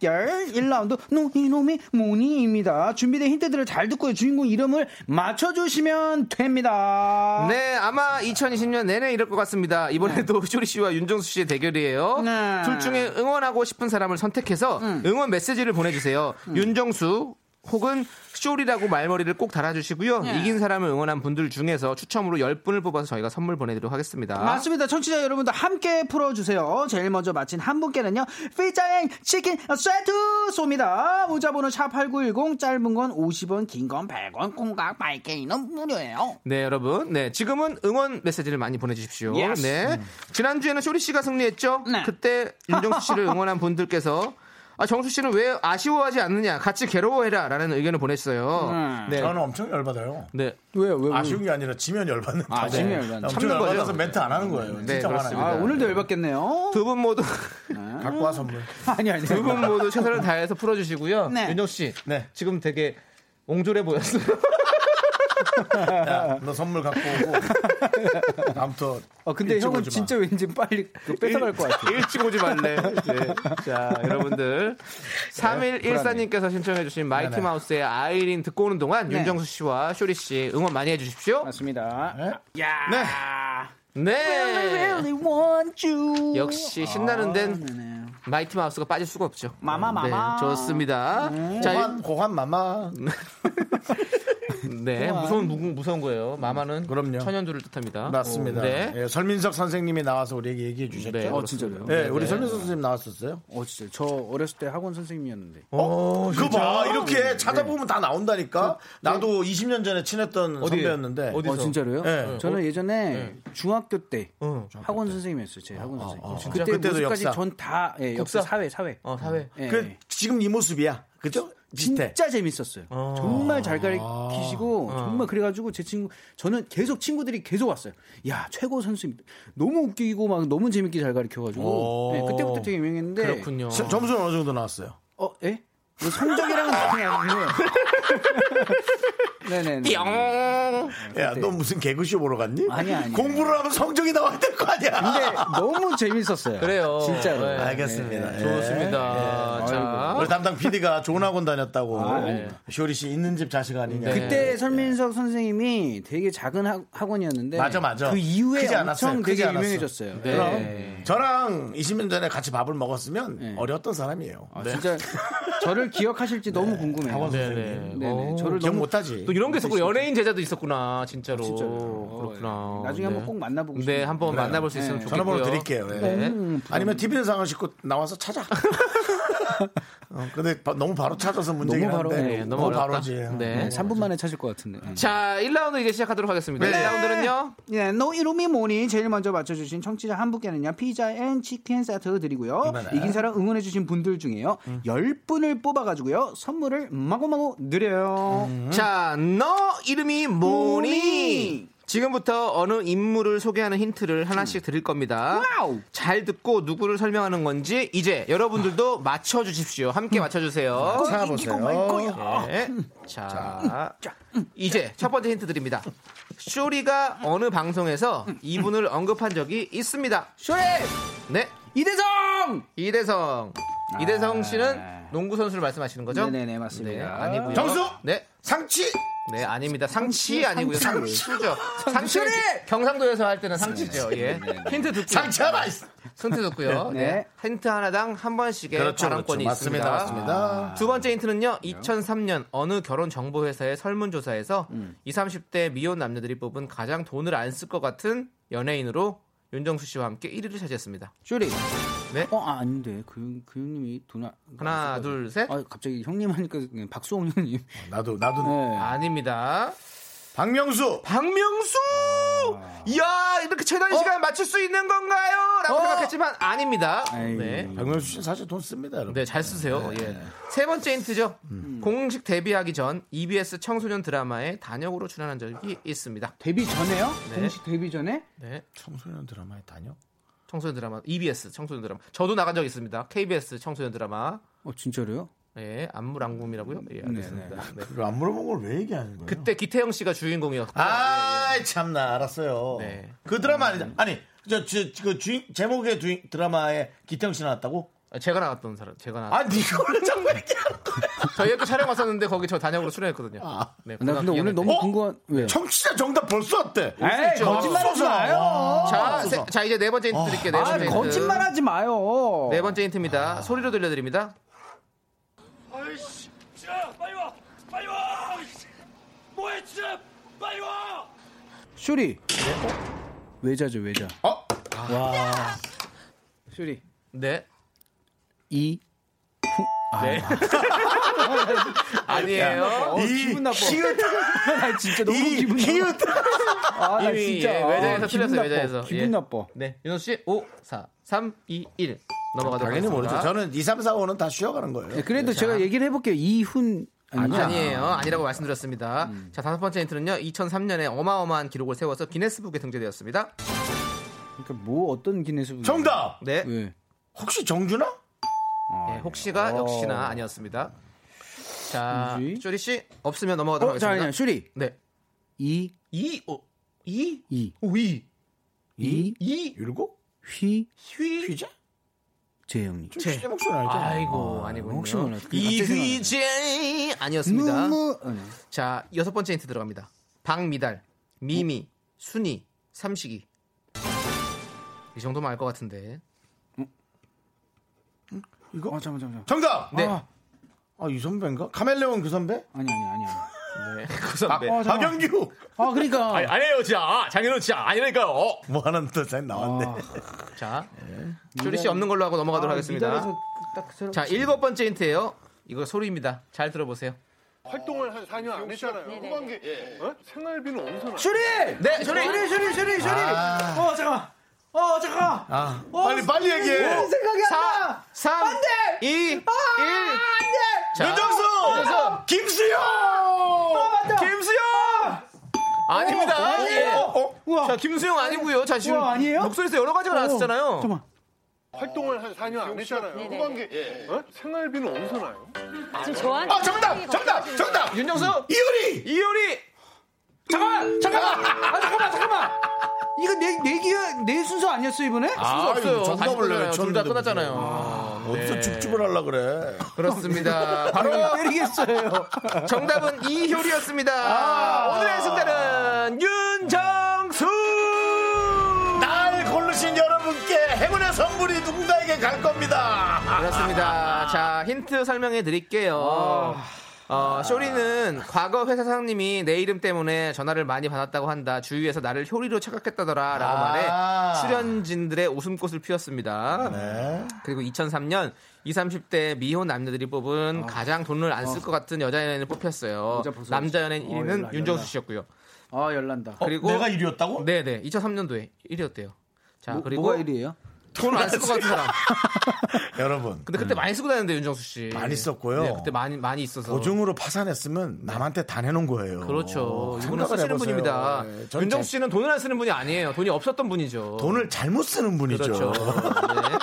I: 대결 1라운드 노이노미 모니입니다. 준비된 힌트들을 잘 듣고 주인공 이름을 맞춰주시면 됩니다.
B: 네, 아마 2020년 내내 이럴 것 같습니다. 이번에도 쇼리 씨와 윤정수 씨의 대결이에요.
I: 네. 음.
B: 둘 중에 응원하고 싶은 사람을 선택해서 응원 메시지를 보내주세요. 윤정수 혹은 쇼리라고 말머리를 꼭 달아주시고요.
I: 네.
B: 이긴 사람을 응원한 분들 중에서 추첨으로 10분을 뽑아서 저희가 선물 보내드리도록 하겠습니다.
I: 맞습니다. 청취자 여러분도 함께 풀어주세요. 제일 먼저 맞힌 한 분께는요. 피자앤 치킨 세트 쏩니다. 문자번호 샵8910 짧은 건 50원 긴 건 100원 콩각 말게이는 무료예요.
B: 네, 여러분. 네, 지금은 응원 메시지를 많이 보내주십시오.
I: Yes. 음.
B: 네. 지난주에는 쇼리 씨가 승리했죠?
I: 네.
B: 그때 윤정수 씨를 응원한 분들께서 아, 정수 씨는 왜 아쉬워하지 않느냐? 같이 괴로워해라. 라는 의견을 보냈어요.
I: 음.
B: 네.
A: 저는 엄청 열받아요.
B: 네.
I: 왜요? 왜요?
A: 아쉬운 게 아니라 지면 열받는.
I: 아,
A: 거죠.
I: 지면 열받는
A: 엄청
B: 참는 거죠.
A: 열받아서 멘트 안 하는 거예요.
B: 네,
A: 진짜
B: 그렇습니다.
A: 화나요. 아,
I: 아, 오늘도 열받겠네요.
B: 두 분 모두,
A: 갖고 와 선물.
I: 아니, 아니.
B: 두 분 모두 최선을 다해서 풀어주시고요.
I: 네.
B: 윤정수 씨.
A: 네.
B: 지금 되게 옹졸해 보였어요.
A: 야, 너 선물 갖고 오고. 아무튼.
I: 아, 근데
A: 일찍
I: 형은
A: 오지 마.
I: 진짜 왠지 빨리 그거 뺏어갈 것 같아요. 네.
B: 일찍 오지 말래. 네. 자, 여러분들. 3114님께서 신청해주신 마이티
A: 네네.
B: 마우스의 아이린 듣고 오는 동안
I: 네.
B: 윤정수 씨와 쇼리 씨 응원 많이 해주십시오.
I: 맞습니다.
A: 네?
I: 네.
B: 네.
I: Really want you. 아,
B: 역시 신나는 데는
I: 네네.
B: 마이티 마우스가 빠질 수가 없죠.
I: 마마, 마마. 네.
B: 네, 좋습니다. 자, 네,
A: 고환, 고환 마마.
B: 이- 네, 무서운 무, 무서운 거예요. 마마는
A: 그럼요.
B: 천연두를 뜻합니다.
A: 맞습니다.
B: 네.
A: 예, 설민석 선생님이 나와서 우리에게 얘기해 주셨죠.
B: 네,
I: 어, 진짜로요?
A: 예, 우리 설민석 선생님 나왔었어요.
I: 어, 진짜. 저 어렸을 때 학원 선생님이었는데.
A: 어, 그거 봐.
B: 네.
A: 이렇게 찾아보면 다 나온다니까. 나도 20년 전에 친했던
B: 그, 어디에?
A: 선배였는데.
B: 어디서?
I: 어, 진짜로요?
A: 네.
I: 저는 예전에 중학교 때 학원 선생님이었어요. 제 학원 선생님. 그때
A: 그때도
I: 모습까지
A: 역사.
I: 전 다, 예, 역사,
B: 국사?
I: 사회, 사회.
B: 어, 사회.
I: 예,
A: 그
I: 예.
A: 지금 이 모습이야. 그죠? 비슷해.
I: 진짜 재밌었어요. 정말 잘
A: 아.
I: 가르치시고 정말 그래가지고 제 친구 저는 계속 친구들이 계속 왔어요. 야 최고 선수입니다. 너무 웃기고 막 너무 재밌게 잘 가르쳐가지고
A: 오.
I: 네, 그때부터 되게 유명했는데
B: 그렇군요.
A: 서- 점수는 어느 정도 나왔어요?
I: 어 예? 뭐 성적이랑은 다른 아니고요. 네네네.
B: 영.
A: 야, 너 무슨 개그쇼 보러 갔니?
I: 아니야, 아니야.
A: 공부를 하면 성적이 나와야 될 거 아니야.
I: 근데 너무 재밌었어요.
B: 그래요.
I: 진짜로.
B: 네.
A: 알겠습니다. 예.
B: 좋습니다.
I: 네.
B: 자,
A: 우리 담당 PD가 좋은 학원 다녔다고. 쇼리 씨 있는 집 자식 아니냐.
B: 네.
I: 그때 설민석 선생님이 되게 작은 학- 학원이었는데
A: 맞아, 맞아.
I: 그 이후에
A: 크지
I: 엄청
A: 않았어요. 크지
I: 되게
A: 않았어.
I: 유명해졌어요.
B: 네.
A: 그럼 저랑 20년 전에 같이 밥을 먹었으면 어려웠던 사람이에요.
I: 아, 진짜 저를 기억하실지 너무 궁금해요.
B: 네.
I: 네네.
B: 오.
I: 저를
A: 어, 기억
I: 너무
A: 못하지.
B: 또 이런 게 있었고 연예인 제자도 있었구나 진짜로
I: 진짜로.
B: 그렇구나
I: 예. 나중에 한번 꼭 만나보고 싶네요.
B: 네 한번
A: 그래요.
B: 만나볼 수 있으면
I: 네.
B: 좋겠고요
A: 전화번호 드릴게요. 예.
B: 네.
A: 아니면 TV는 상을 싣고 나와서 찾아. 어, 근데 바- 너무 바로 찾아서 문제긴
J: 너무
A: 한데
J: 바로, 네, 너무
A: 너무
J: 어렵다.
A: 바로지.
J: 네, 3분 만에 찾을 것 같은데.
A: 네.
B: 자, 1라운드 이제 시작하도록 하겠습니다.
I: 네.
B: 네. 1라운드는요.
I: 네, 노 이름이 뭐니 제일 먼저 맞춰주신 청취자 한 분께는요 피자 앤 치킨 세트 드리고요
J: 네.
I: 이긴 사람 응원해주신 분들 중에요
A: 음.
I: 10분을 뽑아가지고요 선물을 마구마구 드려요
A: 음.
B: 자, 너 이름이 뭐니? 지금부터 어느 인물을 소개하는 힌트를
I: 음.
B: 하나씩 드릴 겁니다. 잘 듣고 누구를 설명하는 건지 이제
I: 아.
B: 여러분들도 맞춰 주십시오.
I: 음.
B: 함께 맞춰 주세요. 네.
A: 꼭 이기고 말 거야.
I: 아.
B: 자. 이제 첫 번째 힌트 드립니다. 쇼리가 어느 방송에서 이분을 언급한 적이 있습니다. 쇼리! 네. 이대성! 이대성. 이대성 씨는 농구 선수를 말씀하시는 거죠?
I: 아. 네네네, 맞습니다.
B: 네, 아니고요.
A: 정수!
B: 네.
A: 상치!
B: 네, 아닙니다. 상치, 아니고요.
A: 상치.
B: 상추죠. 상치 경상도에서 할 때는 상치죠. 예. 힌트 듣고 상치 하나 있어. 힌트 듣고요.
A: 네.
B: 네. 힌트 하나당 한 번씩의
A: 그렇죠,
B: 발언권이
A: 그렇죠.
B: 있습니다.
A: 맞습니다, 맞습니다.
B: 두 번째 힌트는요. 2003년 어느 결혼 정보 회사의 설문 조사에서 20, 30대 미혼 남녀들이 뽑은 가장 돈을 안 쓸 것 같은 연예인으로 윤정수 씨와 함께 1위를 차지했습니다.
J: 쇼리.
B: 네?
J: 어, 아, 아닌데. 그, 그 형님이 돈 아-
B: 하나,
J: 안 쓰고-
B: 둘,
I: 어,
B: 셋.
J: 아, 갑자기 형님 하니까 그냥 박수홍 형님.
A: 나도 나도
B: 네. 어.
I: 네.
B: 아닙니다.
A: 박명수.
B: 박명수!
J: 아.
B: 이야, 이렇게
J: 어?
B: 최단 시간 에 맞출 수 있는 건가요? 라고 생각했지만 아닙니다. 네.
A: 박명수 씨 사실 돈 씁니다, 여러분.
B: 네, 잘 쓰세요. 예. 세 번째 힌트죠.
J: 음.
B: 공식 데뷔하기 전 EBS 청소년 드라마에 단역으로 출연한 적이 있습니다.
I: 데뷔 전에요?
B: 네.
I: 공식 데뷔 전에?
B: 네.
A: 청소년 드라마에 다녀?
B: 청소년 드라마 EBS 청소년 드라마. 저도 나간 적 있습니다. KBS 청소년 드라마.
J: 어, 진짜로요?
B: 예, 안무랑궁이라고요? 예, 알겠습니다. 네.
A: 그걸 안 물어본 걸 왜 얘기하는 거예요?
B: 그때 기태영 씨가 주인공이었고.
A: 아, 참나 알았어요.
B: 네.
A: 그 드라마 아니다. 아니, 저, 저, 그 주인, 제목의 주인 드라마에 기태영 씨 나왔다고?
B: 제가 나왔던 사람. 제가 나.
A: 아, 니걸 자꾸 얘기하는 거야.
B: 저희 학교 촬영 왔었는데 거기 저 단역으로 출연했거든요. 네,
J: 아. 나 근데 오늘 너무
A: 어?
J: 궁금한, 왜요?
A: 청취자 정답 벌써 왔대.
B: 아,
I: 에이 거짓말하지
A: 없어서.
I: 마요
B: 네.
J: 아,
B: 자, 세- 자 이제 네 번째
J: 어.
B: 힌트 드릴게요. 네
I: 아
B: 번째 힌트.
I: 거짓말하지 마요
B: 네 번째 힌트입니다.
J: 아.
B: 소리로 들려드립니다.
K: 아이씨, 야, 빨리 와, 빨리 와. 아이씨, 뭐해 진짜, 빨리 와.
J: 쇼리.
B: 네.
J: 외자죠, 외자.
A: 어?
J: 와. 쇼리.
B: 네.
J: 이. 후- 아,
B: 네. 아니에요.
J: 어, 기분 나빠.
A: 키읔.
J: 나 진짜 너무
A: 이
J: 기분 나빠.
A: 키읔.
J: 아, 나
B: 이미,
J: 진짜.
B: 예,
J: 아,
B: 외자에서
J: 기분
B: 틀렸어요,
J: 나빠.
B: 외자에서.
J: 기분
B: 예.
J: 나빠.
B: 네. 윤호수 씨, 5, 4, 3, 2, 1. 넘어가도록
A: 당연히 모르죠.
B: 하겠습니다.
A: 저는 2, 3, 4, 5는 다 쉬어가는 거예요.
J: 예, 그래도 제가 얘기를 해볼게요. 이훈. 아니야.
B: 네,
J: 음.
B: 아니에요. 아니라고 말씀드렸습니다. 자, 다섯 번째 힌트는요. 2003년에 어마어마한 기록을 세워서 기네스북에 등재되었습니다.
J: 그러니까 뭐 어떤 기네스.
A: 정답!
B: 네.
J: 왜?
A: 혹시 정준아?
B: 예,
J: 어.
B: 혹시가 역시나 아니었습니다. 자,
J: 뭐지?
B: 쇼리 씨 없으면 넘어가도록
J: 어, 자,
B: 하겠습니다.
J: 아니야. 쇼리.
B: 네.
J: 이.
B: 2 오, 2
J: 이.
B: 2
J: 이.
B: 2
A: 율고?
J: 휘.
A: 휘자?
J: 재영님.
B: 제.
A: 제 목소리 알죠?
B: 어, 아이고, 아니군요.
J: 혹시 몰라.
I: 그
B: 이휘재 아니었습니다.
J: 너무. 네. 아니야.
B: 자, 여섯 번째 힌트 들어갑니다. 박미달, 미미, 순이, 삼식이. 이 정도면 알 것 같은데.
J: 어, 잠깐만, 잠깐만.
A: 정답!
B: 네.
A: 아, 아, 이 선배인가? 카멜레온 그 선배?
J: 아니, 아니, 아니. 아니.
B: 네. 그 선배.
J: 어, 잠깐만.
A: 박영규!
J: 아, 그러니까.
K: 아니,
I: 네,
K: 아니에요, 진짜. 장현우 진짜 아니라니까요. 어.
A: 뭐 하나 더잘 나왔네.
B: 자, 조리 씨 없는 걸로 하고 넘어가도록
I: 아,
B: 하겠습니다.
J: 아, 미달에서 딱 새로-
B: 자, 일곱 번째 힌트예요. 이거 소리입니다. 잘 들어보세요.
L: 활동을 한 4년 안 했잖아요. 후반기 어? 생활비는 어디서 나?
I: 쇼리
J: 아,
B: 네, 소리.
I: 쇼리 쇼리 쇼리 쇼리 어 잠깐 어 잠깐
A: 아, 빨리, 빨리 얘기해!
I: 무슨 생각이 안 나.
B: 4, 3,
I: 안 돼!
B: 2, 1.
J: 아,
B: 자,
A: 윤정수!
B: 윤정수!
A: 김수영!
B: 김수영! 아닙니다. 예. 자, 김수영 아니고요. 자, 지금
I: 우와, 아니에요? 어,
B: 목소리에서 여러 가지가
J: 어,
B: 나왔잖아요.
I: 잠깐만
L: 활동을 한 4년 안 했잖아요. 후반기 어? 생활비는 어디서 나요?
A: 아, 정답! 정답! 정답!
B: 윤정수!
A: 이효리!
B: 이효리!
I: 잠깐만 잠깐만 아 잠깐만 잠깐만 이거 내 내기가 내 순서 아니었어 이번에?
B: 순서 없어요.
A: 정답을 네.
B: 다시
A: 내가
B: 끝나요. 둘
A: 쳤는데
B: 다 끝났잖아요. 네.
A: 어디서 줍줍을 하려 그래?
B: 그렇습니다.
I: 아.
B: 바로
I: 때리겠어요.
B: 정답은 이효리였습니다.
A: 아.
B: 오늘의 승자는 윤정수!
A: 날 고르신 여러분께 행운의 선물이 누군가에게 갈 겁니다. 아.
B: 그렇습니다. 자, 힌트 설명해 드릴게요. 어, 쇼리는 과거 회사 상님이 내 이름 때문에 전화를 많이 받았다고 한다. 주위에서 나를 효리로 착각했다더라. 라고
A: 아.
B: 말해 출연진들의 웃음꽃을 피웠습니다.
A: 네.
B: 그리고 2003년 20, 30대 미혼 남녀들이 뽑은 가장 돈을 안 쓸 것 같은 여자 연예인을 뽑혔어요.
I: 아. 여자 벌써
B: 남자 연예인
I: 어,
B: 1위는
I: 연락,
B: 윤정수
I: 연락.
B: 씨였고요.
I: 아 열난다.
A: 어,
B: 그리고
I: 내가
A: 1위였다고?
B: 네네. 2003년도에 1위였대요. 자
I: 뭐-
B: 그리고
I: 뭐가 1위예요?
B: 돈을 안 쓸 것 같은 사람.
A: 여러분.
B: 근데 그때 많이 쓰고 다녔는데 윤정수 씨.
A: 많이 썼고요.
B: 네, 그때 많이 많이 있어서.
A: 보증으로 파산했으면 남한테 다 내놓은 거예요. 어,
B: 그렇죠. 이분은
A: 생각을
B: 쓰시는
A: 해보세요.
B: 분입니다.
A: 예, 전
B: 윤정수 씨는 돈을 안 쓰는 분이 아니에요. 돈이 없었던 분이죠.
A: 돈을 잘못 쓰는 분이죠.
B: 그렇죠. 네.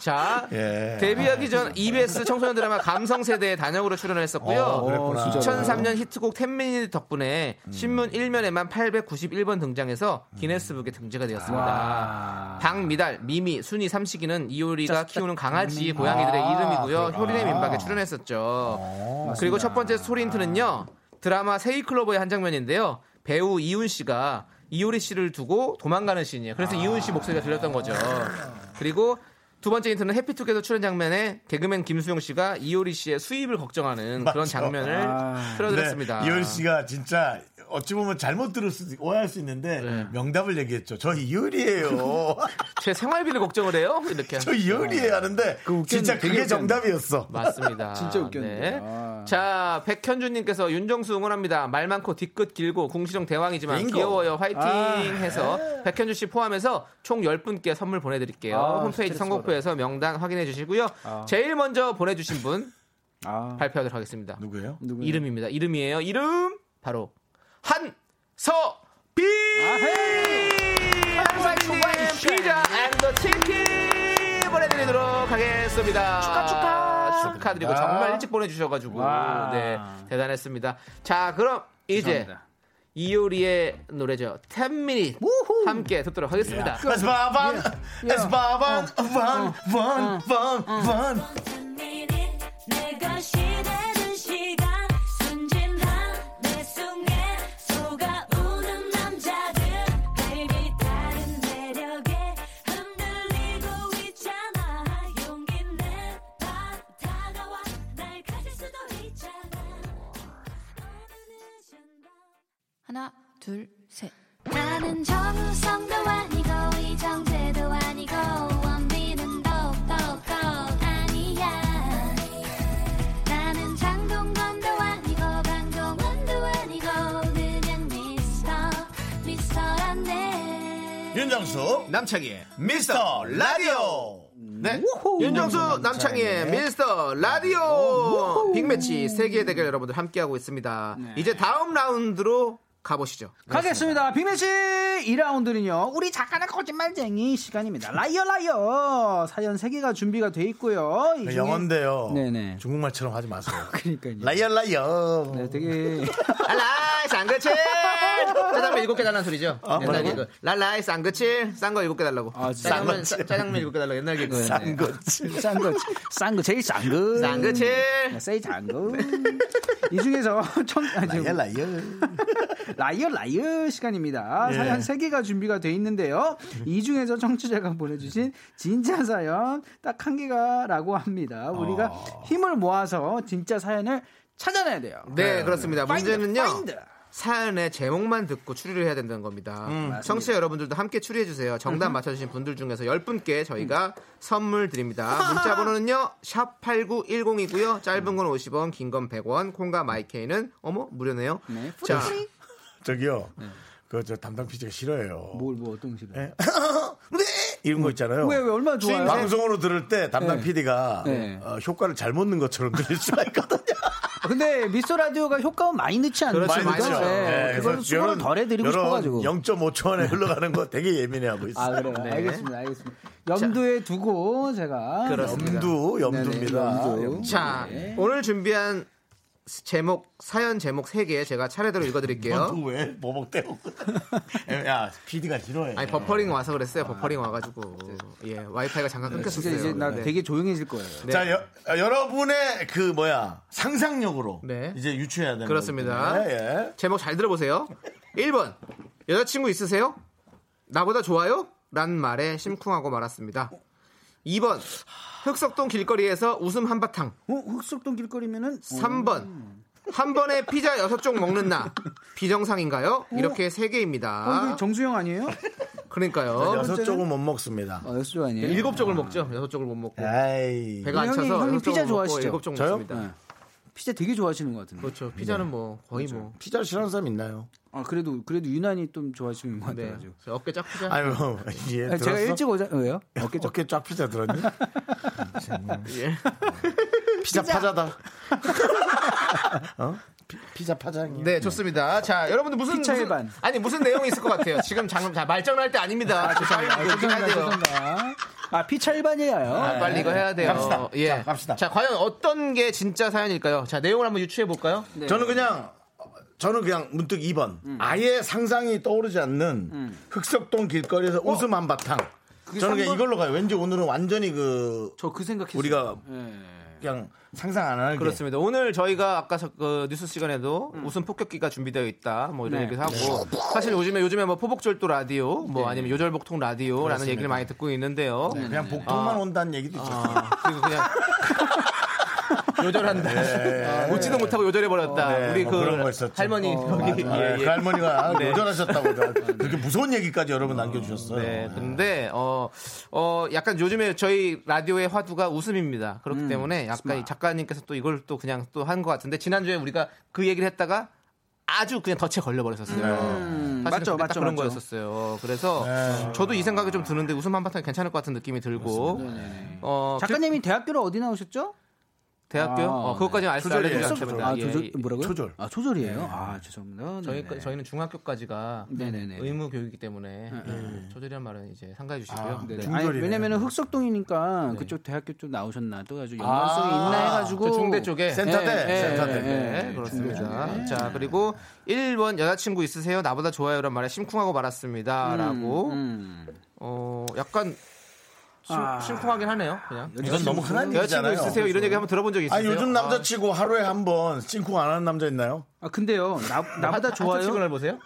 B: 자,
A: 예.
B: 데뷔하기 전 EBS 청소년 드라마 감성세대에 단역으로 출연을 했었고요.
A: 어, 그랬구나. 어, 진짜로.
B: 2003년 히트곡 10미닛 덕분에 신문 1면에만 891번 등장해서 기네스북에 등재가
I: 아.
B: 되었습니다. 박미달, 미미, 순이, 삼식이는 이효리가 키우는 강아지, 고양이들의
I: 아,
B: 이름이고요.
I: 그렇구나. 어,
B: 효리네 민박에 출연했었죠. 그리고 첫 번째 소린트는요. 드라마 세이클로버의 한 장면인데요. 배우 이훈 씨가 이효리 씨를 두고 도망가는 씬이에요. 그래서
I: 아.
B: 이훈 씨 목소리가 들렸던 거죠. 그리고 두 번째 힌트는 해피투게더 출연 장면에 개그맨 김수용 씨가 이효리 씨의 수입을 걱정하는 그런
A: 맞죠.
B: 장면을
A: 아.
B: 네, 틀어드렸습니다.
A: 근데 이효리 씨가 진짜 어찌 보면 잘못 들을 수 오해할 수 있는데 명답을 얘기했죠. 저 이효리예요.
B: 제 생활비를 걱정을 해요? 이렇게
A: 저 이효리예요 하는데 진짜 그게 정답이었어.
B: 맞습니다. 네. 자, 백현주님께서 윤정수 응원합니다. 말 많고 뒤끝 길고 궁시렁 대왕이지만
A: 빙고.
B: 귀여워요. 화이팅
A: 아.
B: 해서 백현주 씨 포함해서 총 10분께 선물 보내드릴게요.
I: 아,
B: 홈페이지
I: 스트레스
B: 선곡표에서 명단 확인해 주시고요.
I: 아.
B: 제일 먼저 보내주신 분 발표하도록 하겠습니다.
A: 누구예요?
B: 이름입니다. 이름이에요. 이름 바로 한서비. 한서비님 피자 앤더 치킨 보내드리도록 하겠습니다. 축하 축하 축하드리고 정말 일찍 보내주셔가지고
I: 와.
B: 네 대단했습니다. 자 그럼 이제
I: 감사합니다.
B: 이효리의 노래죠. 10 minute 함께 듣도록 하겠습니다.
A: 에스바반 에스바반 원원원
H: 내가 시대는 시간 순진한 내 속에 속아오는 남자들 baby 다른 매력에 흔들리고 있잖아 용기 내봐 다가와 날 가질 수도 있잖아
M: 하나, 둘, 셋.
H: 나는 정우성도 아니고 이정재도 아니고 원빈은 더욱더 아니야 나는 장동건도 아니고 강동원도 아니고 그냥 미스터 미스터란데
A: 윤정수
B: 남창희의
A: 미스터 라디오
B: 네. 윤정수
A: 네.
B: 남창희의 미스터 라디오 빅매치 세계 대결 여러분들 함께하고 있습니다.
A: 네.
B: 이제 다음 라운드로 가보시죠. 네.
I: 가겠습니다. 빅매치 2라운드는요. 우리 작가는 거짓말쟁이 시간입니다. 라이어 라이어 사연 3개가 준비가 돼 있고요. 이 중에-
A: 아, 영어인데요. 중국말처럼 하지 마세요.
I: 그러니까요.
A: 라이어 라이어.
I: 네, 되게
B: 랄라이 쌍그칠 짜장면 일곱 개 달라는 소리죠.
A: 어,
B: 옛날
A: 뭐라고? 아,
B: 개그. 랄라이 쌍그칠 싼 거 일곱 개 달라고. 짜장면
I: 쌍거칠.
B: 짜- 짜장면 일곱 개 달라고 옛날 개그. 네.
I: 싼거치 싼거 제일 싼거 네,
B: 싼거치.
I: 제일 싼거 이 중에서 아, 청 라이어
A: 라이어
I: 라이어 라이어 시간입니다
A: 예.
I: 사연 3개가 준비가 돼 있는데요 이 중에서 청취자가 보내주신 진짜 사연 딱 한 개가 라고 합니다 우리가
A: 아.
I: 힘을 모아서 진짜 사연을 찾아내야 돼요
B: 네, 그렇습니다.
I: Find,
B: 문제는요.
I: find.
B: 사연의 제목만 듣고 추리를 해야 된다는 겁니다.
I: 음, 맞습니다. 음.
B: 청취자 여러분들도 함께 추리해주세요. 정답 맞춰주신 분들 중에서 10분께 저희가 선물 드립니다. 문자 번호는요, 샵8910이고요. 짧은 건 50원, 긴 건 100원, 콩과 마이케이는, 어머, 무료네요. 자,
A: 저기요. 그 저 담당 PD가 싫어해요.
I: 뭘 뭐 어떤 식으로?
A: 네. 이런 거 있잖아요.
I: 왜, 왜, 얼마나 좋아요?
A: 방송으로 들을 때 담당
I: 네.
A: PD가 어,
I: 네.
A: 효과를 잘못 넣은 것처럼 들릴 수가 있거든요.
I: 아, 근데 미스터 라디오가 효과음 그렇죠. 많이 넣지 않나요?
A: 많이 넣죠. 네,
I: 네, 그걸
A: 그래서
I: 수고를
A: 이런-
I: 덜 해드리고
A: 이런
I: 싶어가지고
A: 0.5초 안에 흘러가는 거 되게 예민해하고 있어요.
I: 아, 그래요? 알겠습니다, 알겠습니다. 염두에 두고 제가 네,
B: 그렇습니다.
A: 염두, 염두입니다. 염두.
B: 자, 오늘 준비한 제목, 사연 제목 3개 제가 차례대로 읽어드릴게요.
I: 음.
A: 염두 왜? 보복 때고 야, PD가 싫어해.
B: 아니 버퍼링 와서 그랬어요. 버퍼링 와가지고 예 와이파이가 잠깐 끊겼어요. 네.
I: 네, 진짜
A: 네.
I: 이제 나 되게 조용해질 거예요.
A: 자, 여, 아, 여러분의 그 뭐야 상상력으로
B: 네.
A: 이제 유추해야 되는
B: 그렇습니다.
A: 거기 때문에, 예.
B: 제목 잘 들어보세요. 1번 여자친구 있으세요? 나보다 좋아요? 라는 말에 심쿵하고 말았습니다. 2번 흑석동 길거리에서 웃음 한바탕.
I: 흑석동 어, 길거리면은
B: 3번 한 번에 피자 6쪽 먹는 나 비정상인가요? 어, 이렇게 세 개입니다.
I: 어, 정수영 아니에요?
B: 그러니까요.
A: 여섯 쪽은 못 먹습니다.
I: 여섯 쪽 어, 아니에요?
B: 네, 일곱 쪽을 먹죠. 여섯 쪽을 못 먹고. 배가 안
I: 아, 형님,
B: 차서
I: 형님
B: 여섯 쪽을
I: 피자
B: 먹고
I: 좋아하시죠?
B: 일곱 쪽
I: 저요?
B: 먹습니다.
I: 네. 피자 되게 좋아하시는 것 같은데.
B: 그렇죠. 피자는 뭐 거의
I: 그렇죠.
B: 뭐.
A: 피자를 싫어하는 사람 있나요?
I: 아 그래도 그래도 유난히 좀 좋아하시는 것 같아요.
B: 네. 저 어깨 쫙 피자.
A: 아유, 예,
I: 아니, 제가
A: 들었어?
I: 일찍 오자 왜요?
A: 어깨, 어깨 쫙 피자 들었니?
B: 예.
A: 어. 피자 파자다. 어? 피, 피자 파장이요.
B: 네, 좋습니다. 자, 여러분들 무슨
I: 피차
B: 무슨-
I: 일반.
B: 아니 무슨 내용이 있을 것 같아요. 지금 장자 말장난 할때 아닙니다.
I: 죄송합니다.
B: 빨리 이거 해야
I: 죄송합니다.
B: 돼요.
I: 죄송합니다. 아 피차 일반이에요.
B: 아, 빨리 이거 해야 돼요.
A: 갑시다.
B: 예.
A: 자, 갑시다.
B: 자, 과연 어떤 게 진짜 사연일까요? 자, 내용을 한번 유추해 볼까요?
A: 네. 저는 그냥 저는 그냥 문득 2번 아예 상상이 떠오르지 않는 흑석동 길거리에서 웃음 한바탕 저는 그냥
I: 삼번?
A: 이걸로 가요 왠지 오늘은 완전히 그
I: 저 그 생각했어요.
A: 우리가 그냥 상상 안 하는 게
B: 그렇습니다. 오늘 저희가 아까 저- 그 뉴스 시간에도 웃음 폭격기가 준비되어 있다. 뭐 이런
A: 네.
B: 얘기도 하고 사실 요즘에 요즘에 뭐 포복절도 라디오, 뭐 아니면 요절복통 라디오라는
A: 그렇습니다.
B: 얘기를 많이 듣고 있는데요.
A: 네, 그냥 복통만
B: 아,
A: 온다는 얘기도 있죠
B: 아, 그리고 그냥 요절한다. 아, 웃지도 못하고 요절해 버렸다.
A: 네,
B: 우리
A: 뭐
B: 그
A: 그런 거 있었죠.
B: 할머니 거기
A: 맞아요.
B: 예,
A: 그
B: 예.
A: 할머니가
B: 네.
A: 요절하셨다고 그렇게 무서운 얘기까지 여러분 남겨주셨어요
B: 네, 근데 어, 어 약간 요즘에 저희 라디오의 화두가 웃음입니다. 그렇기 때문에 약간 이 작가님께서 또 이걸 또 그냥 또 한 것 같은데 지난주에 우리가 그 얘기를 했다가 아주 그냥 덫에 걸려 버렸었어요.
I: 음, 맞죠, 맞죠,
B: 그런
I: 맞죠. 네.
B: 거였었어요. 그래서 저도 이 생각이 좀 드는데 웃음 한바탕 괜찮을 것 같은 느낌이 들고 어
I: 네,
A: 그
I: 작가님이 대학교를 어디 나오셨죠?
B: 대학교
I: 아,
B: 어, 그것까지는 알수
I: 조절이에요.
B: 알려주지 않습니다.
I: 아,
B: 예,
I: 조절
B: 예.
I: 뭐라고요? 조절. 아,
A: 네.
I: 조절이에요. 아, 죄송합니다.
B: 저희 그,
I: 네네.
B: 저희는 중학교까지가
I: 네네네.
B: 의무 교육이기 때문에 예, 조절이란 말은 이제 상가해 주시고요.
I: 네네. 아니, 왜냐면은 흑석동이니까
A: 네.
I: 그쪽 대학교 쪽 나오셨나 또 아주 연관성이 있나 해가지고
B: 저 중대 쪽에
I: 예, 예, 예,
B: 네,
I: 예.
B: 그렇습니다. 자 그리고 1번 여자친구 있으세요? 나보다 좋아요란 말에 심쿵하고 음, 말았습니다라고 어 약간 심,
A: 아.
B: 심쿵하긴 하네요. 그냥
A: 이건 너무 흔한
B: 여자친구
A: 얘기잖아요.
B: 있으세요? 이런 얘기 한번 들어본 적 있으세요?
A: 아니 요즘 남자치고 하루에 한 번 찡쿵 안 하는 남자 있나요?
I: 아 근데요 나, 나보다 좋아요?
B: 친구를 보세요?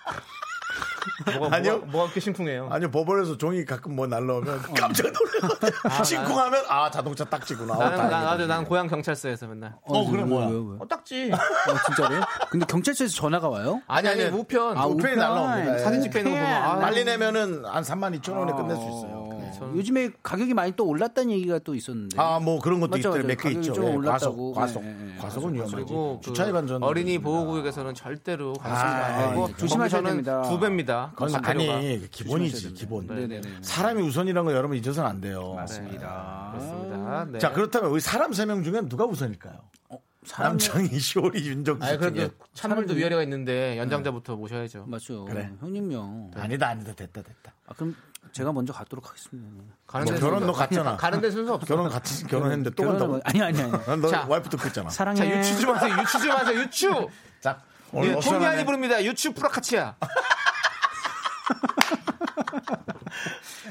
B: 뭐가,
A: 아니요.
B: 뭐가, 뭐가 그렇게 심쿵해요?
A: 아니요 버벌에서 종이 가끔 뭐 날라오면
B: 어.
A: 깜짝 놀래요. 심쿵하면 아 자동차 딱지구나. 어,
B: 나는 나,
A: 다행이다.
B: 나도 난 고향 경찰서에서 맨날
A: 어, 어, 그래, 뭐야?
B: 어, 딱지.
I: 아, 진짜로요? 근데 경찰서에서 전화가 와요?
B: 아니 아니 우편.
I: 아,
A: 우편이
I: 우편.
A: 날라옵니다. 예.
B: 사진 찍혀 있는 거 보면 아,
A: 빨리 내면은 한 3만 2천 원에 끝낼 수 있어요.
I: 네. 요즘에 가격이 많이 또 올랐다는 얘기가 또 있었는데.
A: 아 뭐 그런 것도
I: 맞죠,
A: 있더래
I: 맞죠.
A: 몇개
I: 가격이
A: 있죠.
I: 좀
A: 예,
I: 올랐다고.
A: 과속 과속
I: 네, 네, 네.
A: 과속은
B: 그리고
A: 위험하죠.
B: 그
A: 주차 위반전
B: 어린이 보호구역에서는 절대로 관심이
A: 아,
B: 안 되고
A: 예.
I: 조심하셔야
B: 거기서는
I: 됩니다.
B: 네. 두 배입니다.
A: 그건
B: 과태료가.
A: 아니 기본이지 기본.
I: 네네네.
A: 사람이 우선이라는 거 여러분 잊어서는 안 돼요.
I: 맞습니다.
B: 그렇습니다. 네.
A: 자 그렇다면 우리 사람 세 명 중에 누가 우선일까요?
I: 아, 네.
A: 남창희, 시오리, 윤정수
B: 아니
A: 중에
B: 그래도 찬물도 위아래가 있는데 연장자부터 모셔야죠.
I: 맞죠.
A: 그래.
I: 형님요.
A: 아니다 아니다 됐다 됐다.
I: 아, 그럼 제가 먼저 갔도록 하겠습니다.
B: 가는
A: 뭐
B: 데
A: 결혼
B: 순서-
I: 그러니까.
A: 너 갔잖아.
B: 가는 데 순서 없어.
A: 결혼 같이 결혼했는데 또
I: 결혼을
A: 간다고?
I: 먼저- 아니 아니 아니.
A: 난너
B: 자.
A: 와이프도 그랬잖아.
I: 뭐. 사랑해.
B: 자 유추 좀 하세요. 유추 좀 하세요. 유추.
A: 자
B: 예, 통미안이
A: 어수선하네.
B: 부릅니다. 유추 프라카치야.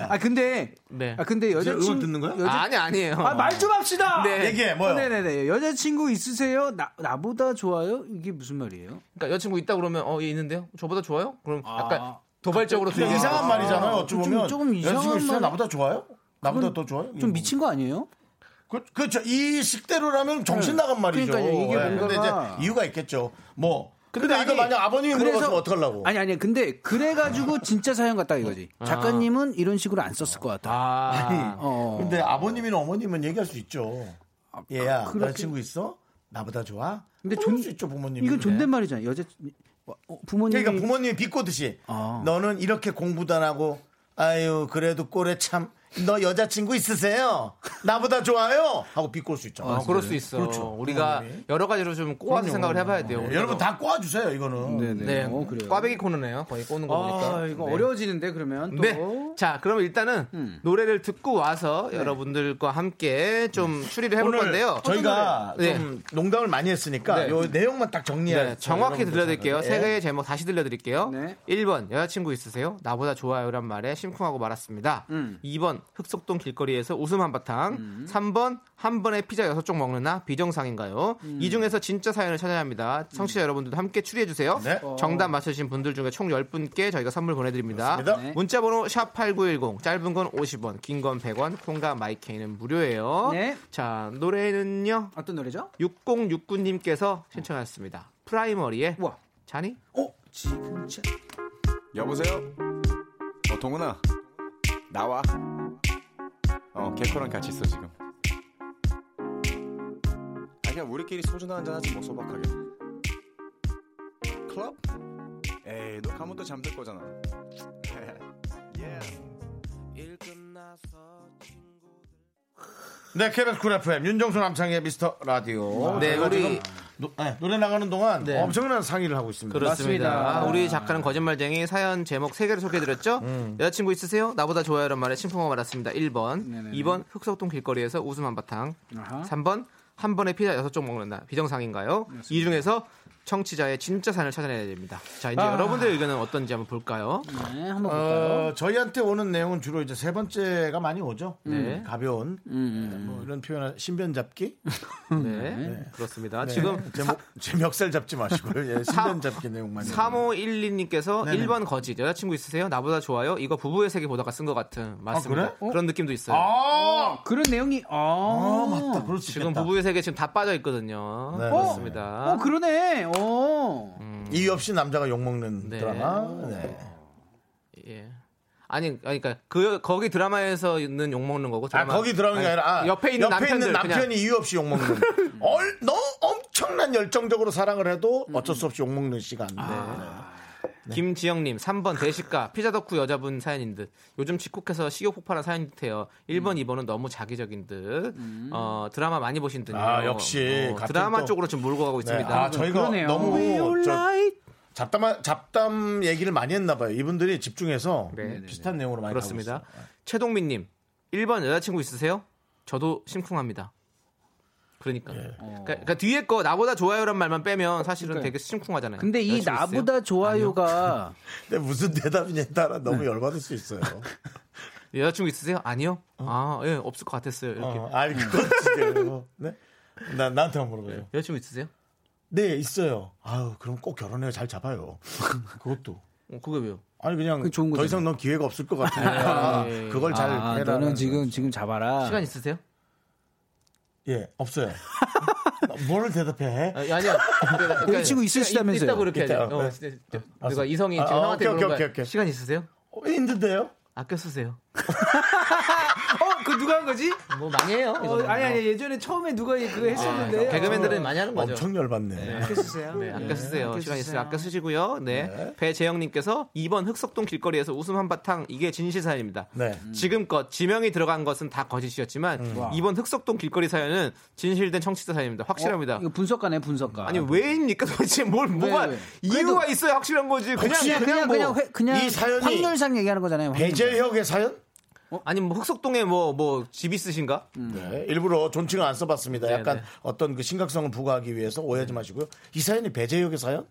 I: 아 근데
B: 네.
I: 아 근데
A: 이제
I: 여자
A: 음악 듣는 거야?
B: 아, 아니 아니에요.
I: 아말 좀 합시다.
B: 네.
A: 얘기해 뭐요?
I: 예. 네네네. 여자친구 있으세요? 나 나보다 좋아요? 이게 무슨 말이에요?
B: 그러니까 여자친구 있다 그러면 어 얘 있는데요? 저보다 좋아요? 그럼 약간 도발적으로
A: 근데
B: 들리는
A: 그 이상한
B: 거죠.
A: 말이잖아요. 어찌
I: 네. 좀-
A: 보면
I: 조금 이상한
A: 여자친구 있어요?
I: 말-
A: 나보다 좋아요? 나보다 더 좋아요?
I: 좀 미친 거 아니에요?
A: 그, 그렇죠. 이 식대로라면 정신 나간 말이죠.
I: 네. 그러니까요. 이게
A: 예. 근데
I: 뭔가가-
A: 이제 이유가 있겠죠. 뭐. 근데,
I: 근데
A: 이거
I: 아니,
A: 만약 아버님이
I: 그래서-
A: 물어봤으면 어떡하려고?
I: 아니 아니 근데 그래가지고 진짜 사연 같다 이거지. 작가님은 이런 식으로 안 썼을 것 같다.
B: 아.
I: 어.
A: 근데 아버님이나 어머님은 얘기할 수 있죠.
B: 아,
A: 얘야,
I: 그렇게-
A: 여자친구 있어? 나보다 좋아?
I: 근데
A: 근데
I: 존-
A: 수 있죠, 부모님.
I: 이건 존댓말이잖아요. 여자 어, 부모님이
A: 그러니까 부모님이 비꼬듯이
I: 아.
A: 너는 이렇게 공부도 안 하고 아유 그래도 꼴에 참 너 여자친구 있으세요? 나보다 좋아요? 하고 비꼴 수 있죠. 네, 네,
B: 어, 그럴 수 있어. 우리가 여러 가지로 좀 꼬아서 생각을 해봐야 돼요. 우리가
A: 여러분 다 꼬아주세요 이거는.
I: 네네.
B: 네,
I: 어, 그래요.
B: 꽈배기 코너네요. 거의 꼬는 거 보니까.
I: 아 이거
B: 네.
I: 어려워지는데 그러면 또. 음.
B: 네. 자, 그럼 일단은 노래를 듣고 와서
I: 네.
B: 여러분들과 함께 좀 추리를 해볼
A: 오늘
B: 건데요.
A: 저희가
B: 노래예요?
A: 좀 농담을 많이 했으니까
B: 네.
A: 요 내용만 딱 정리해.
B: 네, 정확히 들려드릴게요. 세 개의 제목 다시 들려드릴게요.
I: 네.
B: 1번 여자친구 있으세요? 나보다 좋아요란 말에 심쿵하고 말았습니다. 2번 1번 흑석동 길거리에서 웃음 한바탕 3번 한 번에 피자 6쪽 먹는 나 비정상인가요? 이 중에서 진짜 사연을 찾아야 합니다. 청취자 여러분들도 함께 추리해 주세요.
A: 네.
B: 정답 맞춰주신 분들 중에 총 10분께 저희가 선물 보내드립니다.
A: 그렇습니다. 네.
B: 문자 번호 샵8910 짧은 건 50원 긴 건 100원 콩과 마이케이는 무료예요.
I: 네.
B: 자 노래는요.
I: 어떤 노래죠?
B: 6069님께서 신청하셨습니다. 프라이머리의 자니?
I: 어? 지금 자
N: 여보세요? 어, 동훈아. 나와. 어, 개코랑 같이 있어, 지금. 아, 그냥 우리끼리 소주나 한잔 하지, 뭐, 소박하게. 클럽? 에이, 너 가면 또 잠들 거잖아.
A: 네, 케빈 쿨 FM 윤정수 남창의 미스터 라디오.
B: 네,
A: 저희가
B: 우리-
A: 지금 노- 네, 노래 나가는 동안
B: 네.
A: 엄청난 상의를 하고 있습니다.
B: 그렇습니다. 우리 작가는 거짓말쟁이 사연 제목 3개를 소개해드렸죠?
A: 음.
B: 여자친구 있으세요? 나보다 좋아요란 말에 심쿵을 받았습니다. 1번. 2번 흑석동 길거리에서 웃음 한바탕. 3번 한 번에 피자 6쪽 먹는 날 비정상인가요? 이 중에서 청취자의 진짜 산을 찾아내야 됩니다. 자, 이제
A: 아.
B: 여러분들의 의견은 어떤지 한번 볼까요?
I: 네, 한번
A: 어, 저희한테 오는 내용은 주로 이제 세 번째가 많이 오죠.
B: 네. 음.
A: 음, 가벼운 뭐 이런 표현 신변 잡기.
B: 네. 그렇습니다. 지금
A: 제, 목, 제 멱살 잡지 마시고요. 예,
B: 사-
A: 신변 잡기 내용 많이.
B: 3512님께서
A: 네네.
B: 1번 거짓 여자친구 있으세요? 나보다 좋아요? 이거 부부의 세계 보다가 쓴 것 같은 맞습니다.
A: 그래? 어?
B: 그런 느낌도 있어요.
I: 그런 내용이 아, 맞다.
A: 그렇
B: 지금 부부의 세계 지금 다 빠져 있거든요.
A: 네,
B: 그렇습니다.
I: 어, 그러네. 어.
A: 음. 이유 없이 남자가 욕 먹는
B: 네. 어.
A: 드라마. 네.
B: 예. 아니, 아니, 그러니까 그 거기 드라마에서 있는 욕 먹는 거고.
A: 아
B: 드라마-
A: 거기 들어가는 게
B: 아니,
A: 아니라 아,
B: 옆에 있는 남편들
A: 남편이
B: 그냥-
A: 이유 없이 욕 먹는. 얼 너무 엄청난 열정적으로 사랑을 해도 어쩔 수 없이 욕 먹는 시간.
B: 아.
A: 네.
B: 김지영님 3번 대식가 피자 덕후 여자분 사연인 듯 요즘 집콕해서 식욕 폭발한 사연 같아요
A: 음.
B: 1번 2번은 너무 자기적인 듯 어, 드라마 많이 보신 듯요
A: 아, 역시
B: 어,
A: 같은
B: 드라마
A: 또-
B: 쪽으로 좀 몰고 가고 있습니다
A: 네. 아, 저희가 너무 저- 잡담 잡담 얘기를 많이 했나 봐요. 이분들이 집중해서 비슷한 내용으로 많이
B: 그렇습니다.
A: 가고
B: 최동민님 1번 여자친구 있으세요? 저도 심쿵합니다.
A: 예.
B: 그러니까. 그러니까, 그러니까 뒤에 거 나보다 좋아요란 말만 빼면 사실은
I: 그러니까요.
B: 되게 심쿵하잖아요.
I: 근데 이
B: 여자친구 있으세요?
I: 나보다 좋아요가
A: 있어요. 근데 무슨 대답이냐에 따라 너무 열받을 수 있어요.
B: 여자친구 있으세요? 아니요. 아, 예, 없을 것 같았어요. 이렇게.
A: 어, 아니 그건 진짜 네? 나 나한테 만 물어봐요.
B: 여자친구 있으세요?
A: 네 있어요. 아유 그럼 꼭 결혼해요. 잘 잡아요. 그것도.
B: 어, 그게 왜요?
A: 아니 그냥
I: 그게 좋은
A: 더
I: 거잖아요.
A: 이상 넌 기회가 없을 것 같으니까
I: 예.
A: 그걸 잘
I: 아,
A: 해라.
I: 너는 지금 지금 잡아라.
B: 시간 있으세요?
A: 예 없어요. 뭘 대답해?
B: 아니, 아니요. 그러니까
A: 우리 친구 있으시다면서요.
B: 있다고 그렇게 해야
A: 있다.
B: 돼요. 어,
A: 네.
B: 진짜
A: 알았어.
B: 누가 이성이
A: 아,
B: 지금
A: 아,
B: 형한테
A: 오케이,
B: 물어봐요.
A: 오케이, 오케이.
B: 시간 있으세요?
A: 어, 있는데요?
B: 아껴 쓰세요.
I: 어, 그 누가 한 거지?
B: 뭐 많이 해요.
I: 어, 아니 아니 예전에 처음에 누가 그거 했었는데.
B: 그러니까 개그맨들은 아, 많이 하는 거죠.
A: 엄청 열받네.
I: 아껴 쓰세요.
B: 네, 아껴 쓰세요.
I: 예. 아껴
B: 시간
I: 쓰세요.
B: 있으면 아껴 쓰시고요. 네. 배재영님께서 2번 흑석동 길거리에서 웃음 한바탕 이게 진실 사연입니다.
A: 네.
I: 음.
B: 지금껏 지명이 들어간 것은 다 거짓이었지만
I: 와.
B: 2번 흑석동 길거리 사연은 진실된 청취자 사연입니다. 확실합니다.
I: 어, 이거 그 네. 분석가네 분석가.
B: 아니 왜입니까 도대체 뭘 뭐가
I: 왜?
B: 이유가 있어야 확실한 거지 그냥
I: 그냥 그냥
B: 뭐-
I: 그냥 회- 그냥
B: 이 사연이
I: 확률상 얘기하는 거잖아요. 확률.
A: 배재혁의 사연?
B: 아니 뭐 흑석동에 뭐 뭐 집 있으신가?
I: 음.
A: 네, 일부러 존칭을 안 써봤습니다.
B: 네,
A: 약간
B: 네.
A: 어떤 그 심각성을 부과하기 위해서 오해하지 마시고요. 이 사연이 배재혁의 사연?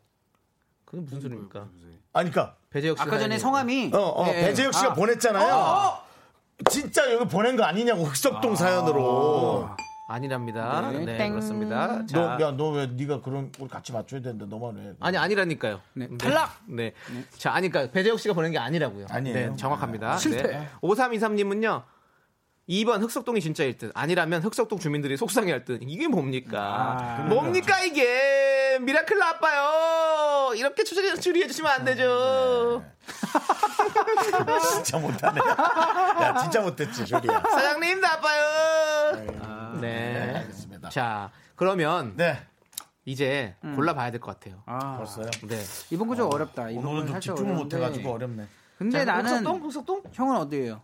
B: 그게 무슨 소리입니까?
A: 아니, 그니까.
B: 배재혁
I: 음. 아까 전에 성함이
A: 어, 어,
I: 예, 예.
A: 배재혁 씨가
I: 아.
A: 보냈잖아요.
I: 어, 어.
A: 진짜 여기 보낸 거 아니냐고 흑석동 사연으로.
B: 아니랍니다.
A: 네.
B: 네, 그렇습니다. 자,
A: 너, 야, 너 왜 네가 그런 걸 같이 맞춰야 되는데 너만 왜?
B: 아니 아니라니까요.
A: 탈락!
B: 네. 자, 아니까 배재혁 씨가 보낸 게 아니라고요.
A: 아니에요.
B: 네, 정확합니다.
A: 실패.
B: 5323님은요. 2번 흑석동이 진짜일 듯 아니라면 흑석동 주민들이 속상해할 듯 이게
A: 아,
B: 뭡니까?
A: 그렇죠.
B: 뭡니까 이게 미라클 나빠요. 이렇게 추리, 추리해 주시면 안 되죠.
A: 진짜 못하네. 야, 진짜 못했지, 조리야.
B: 사장님 나빠요.
A: 아, 네,
B: 네.
A: 알겠습니다. 네.
B: 자, 그러면 이제 골라봐야 될 것 같아요.
A: 벌써요?
B: 네.
I: 이번 거 좀 어렵다. 이번
A: 오늘은
I: 건
A: 좀
I: 살짝
A: 집중을
I: 어려운데.
A: 못해가지고 어렵네.
I: 근데
B: 자,
I: 나는
B: 흑석동? 흑석동?
I: 형은 어디예요?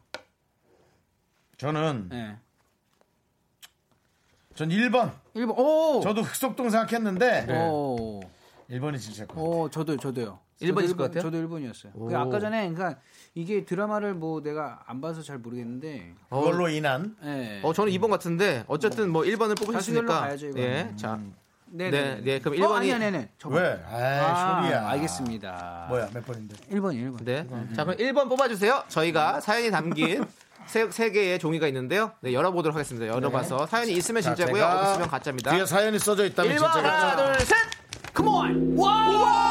A: 저는
I: 예.
A: 전 1번.
I: 1번. 오.
A: 저도 예. 흑석동 생각했는데
I: 오.
A: 1번이 진짜 것
I: 오, 저도 저도요.
B: 일본 있을
I: 저도
B: 것 같아요?
I: 저도 일본이었어요.
B: 오.
I: 그 아까 전에 그러니까 이게 드라마를 뭐 내가 안 봐서 잘 모르겠는데.
B: 어,
A: 그걸로 인한
I: 예.
B: 어, 저는 2번 같은데 어쨌든 뭐 1번을
I: 다수결로
B: 뽑으셨으니까.
I: 가야죠, 이거는.
B: 예. 자.
I: 네,
B: 네, 네. 그럼
I: 어,
B: 1번이
I: 아니 아니 아니. 저거.
A: 왜? 에이,
I: 아,
A: 소리야.
I: 알겠습니다.
A: 뭐야, 몇 번인데?
I: 1번이 1번.
B: 네. 자, 그럼 1번 뽑아 주세요. 저희가 사연이 담긴 세, 세 개의 종이가 있는데요. 네, 열어보도록 하겠습니다. 열어봐서 사연이 있으면
A: 자,
B: 진짜고요.
A: 제가
B: 없으면 가짜입니다.
A: 뒤에 사연이 써져 있다면
B: 1번
A: 진짜
B: 하나
A: 가짜.
B: 둘셋 컴온 와!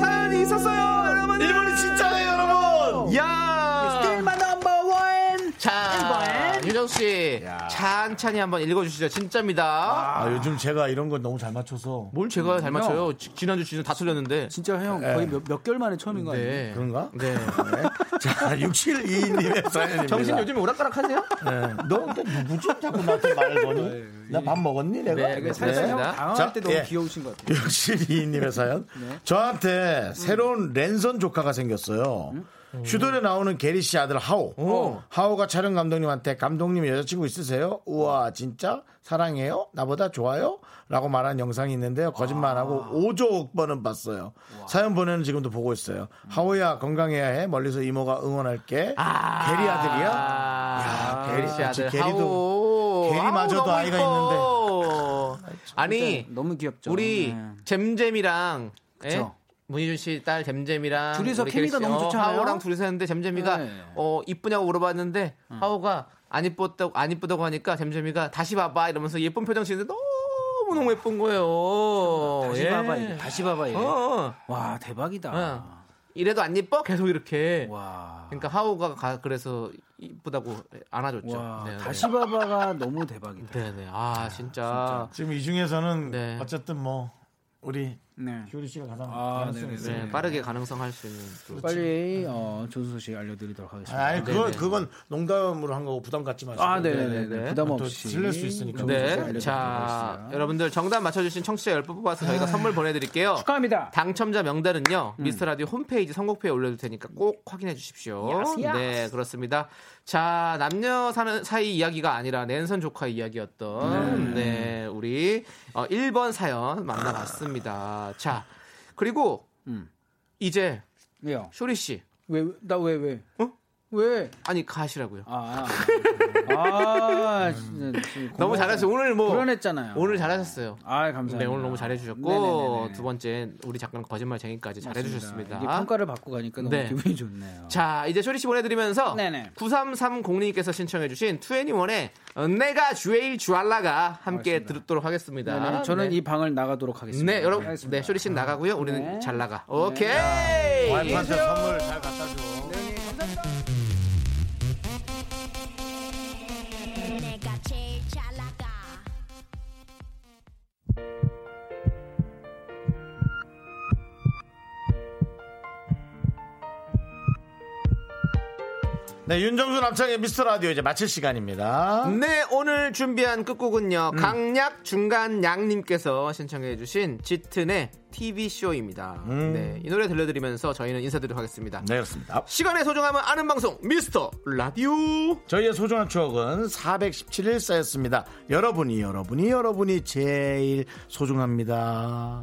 B: 사연이 있었어요 여러분
A: 1번이 진짜예요 여러분
B: 야
I: 스틸만 넘버원
B: 자 유정씨 찬찬히 한번 읽어주시죠 진짜입니다
A: 아 요즘 제가 이런 거 너무 잘 맞춰서 뭐,
B: 뭘 제가 잘 맞춰요 지- 지난주 지난 다 틀렸는데
I: 진짜 형
B: 네.
I: 거의 몇, 몇 개월 만에 처음인 거 아니에요?
B: 네.
A: 그런가?
B: 네.
A: 자 6722님의 사연입니다
B: 정신 요즘 오락가락 하세요?
A: 네. 너 근데 누구지? 자꾸 나한테 말을
B: 어,
A: 거니? 나
B: 예.
A: 밥 먹었니? 내가?
I: 네, 그 사실 형 당황할 때 너무 귀여우신 것 같아요.
A: 6722님의 사연. 저한테 새로운 랜선 조카가 생겼어요. 슈돌에 나오는 게리 씨 아들 하오. 하오가 촬영 감독님한테 감독님 여자친구 있으세요? 우와 진짜 사랑해요? 나보다 좋아요? 라고 말한 영상이 있는데요. 거짓말하고 5조 번은 봤어요. 사연 보내는 지금도 보고 있어요. 하오야 건강해야 해. 멀리서 이모가 응원할게. 게리 아들이야? 야, 게리
B: 씨 아들
A: 게리도 게리마저도 아이가 있는데.
B: 있는데 아니
I: 너무 귀엽죠.
B: 우리
I: 네.
B: 잼잼이랑 예?
I: 그쵸.
B: 문희준 씨 딸 잼잼이랑
I: 둘이서
B: 우리 게리
I: 케미가
B: 씨,
I: 너무
B: 어,
I: 좋잖아요.
B: 하오랑 둘이서 했는데 잼잼이가 어 이쁘냐고 물어봤는데 하오가 안 이뻤다고 안 이쁘다고 하니까 잼잼이가 다시 봐봐 이러면서 예쁜 표정 짓는데 너무 너무 예쁜 거예요.
I: 다시
B: 예.
I: 봐봐 이게. 다시 봐봐 이게.
B: 어.
I: 와 대박이다.
B: 어. 이래도 안 예뻐? 계속 이렇게. 그러니까 하오가 가- 그래서 이쁘다고 안아줬죠.
I: 와,
B: 네, 네.
I: 다시 봐봐가 너무 대박이다.
B: 네네. 아 진짜.
A: 지금 이 중에서는 어쨌든 뭐 우리 아, 효리 씨가 가장 가능성이
I: 네네네.
A: 있어요.
B: 네, 빠르게 가능성 할 수 있는. 또-
I: 빨리 어, 조수 씨 알려드리도록 하겠습니다.
A: 아니 그건 그건 농담으로 한 거고 부담 갖지 마시고.
I: 아, 네네네. 부담
A: 또
I: 없이.
A: 질릴 수 있으니까.
B: 네. 네. 자, 여러분들 정답 맞춰주신 청취자 10분 뽑아서 저희가 선물 보내드릴게요.
I: 축하합니다.
B: 당첨자 명단은요, 미스터 라디오 홈페이지 선곡표에 올려둘 테니까 꼭 확인해 주십시오.
I: 야스, 야스.
B: 네, 그렇습니다. 자, 남녀 사는 사이 이야기가 아니라 랜선 조카 이야기였던, 네, 우리 어, 1번 사연 만나봤습니다. 자, 그리고 이제
I: 왜요?
B: 쇼리 씨.
I: 왜 나 왜 왜? 어? 왜?
B: 아니, 가시라고요.
I: 아, 아, 아 진짜, 진짜
B: 너무 잘하셨어요. 오늘 뭐.
I: 불안했잖아요.
B: 오늘 잘하셨어요.
I: 아 감사합니다.
B: 네, 오늘 너무 잘해주셨고
I: 네네네네.
B: 두 번째 우리 작가 거짓말쟁이까지 잘해주셨습니다.
I: 이게 평가를 받고 가니까 너무
B: 네.
I: 기분이 좋네요.
B: 자 이제 쇼리 씨 보내드리면서 9330님께서 신청해주신 2NE1의 내가 주에일 주알라가 함께 듣도록 하겠습니다.
I: 네네, 저는
B: 네.
I: 이 방을 나가도록 하겠습니다.
B: 네, 여러분, 네, 쇼리 씨는 나가고요. 우리는
I: 네.
B: 잘 나가.
I: 네.
B: 오케이. 네.
A: 와이프한테 선물 잘 갖다 줘.
H: 내가 제일 잘 나가
A: 네, 윤정수 남창의 미스터 라디오 이제 마칠 시간입니다.
B: 네, 오늘 준비한 끝곡은요. 강약 중간 양님께서 신청해주신 짙은의 TV쇼입니다. 네, 이 노래 들려드리면서 저희는 인사드리도록 하겠습니다.
A: 네, 그렇습니다.
B: 시간의 소중함을 아는 방송 미스터 라디오
A: 저희의 소중한 추억은 417일 쌓였습니다. 여러분이 여러분이 여러분이 제일 소중합니다.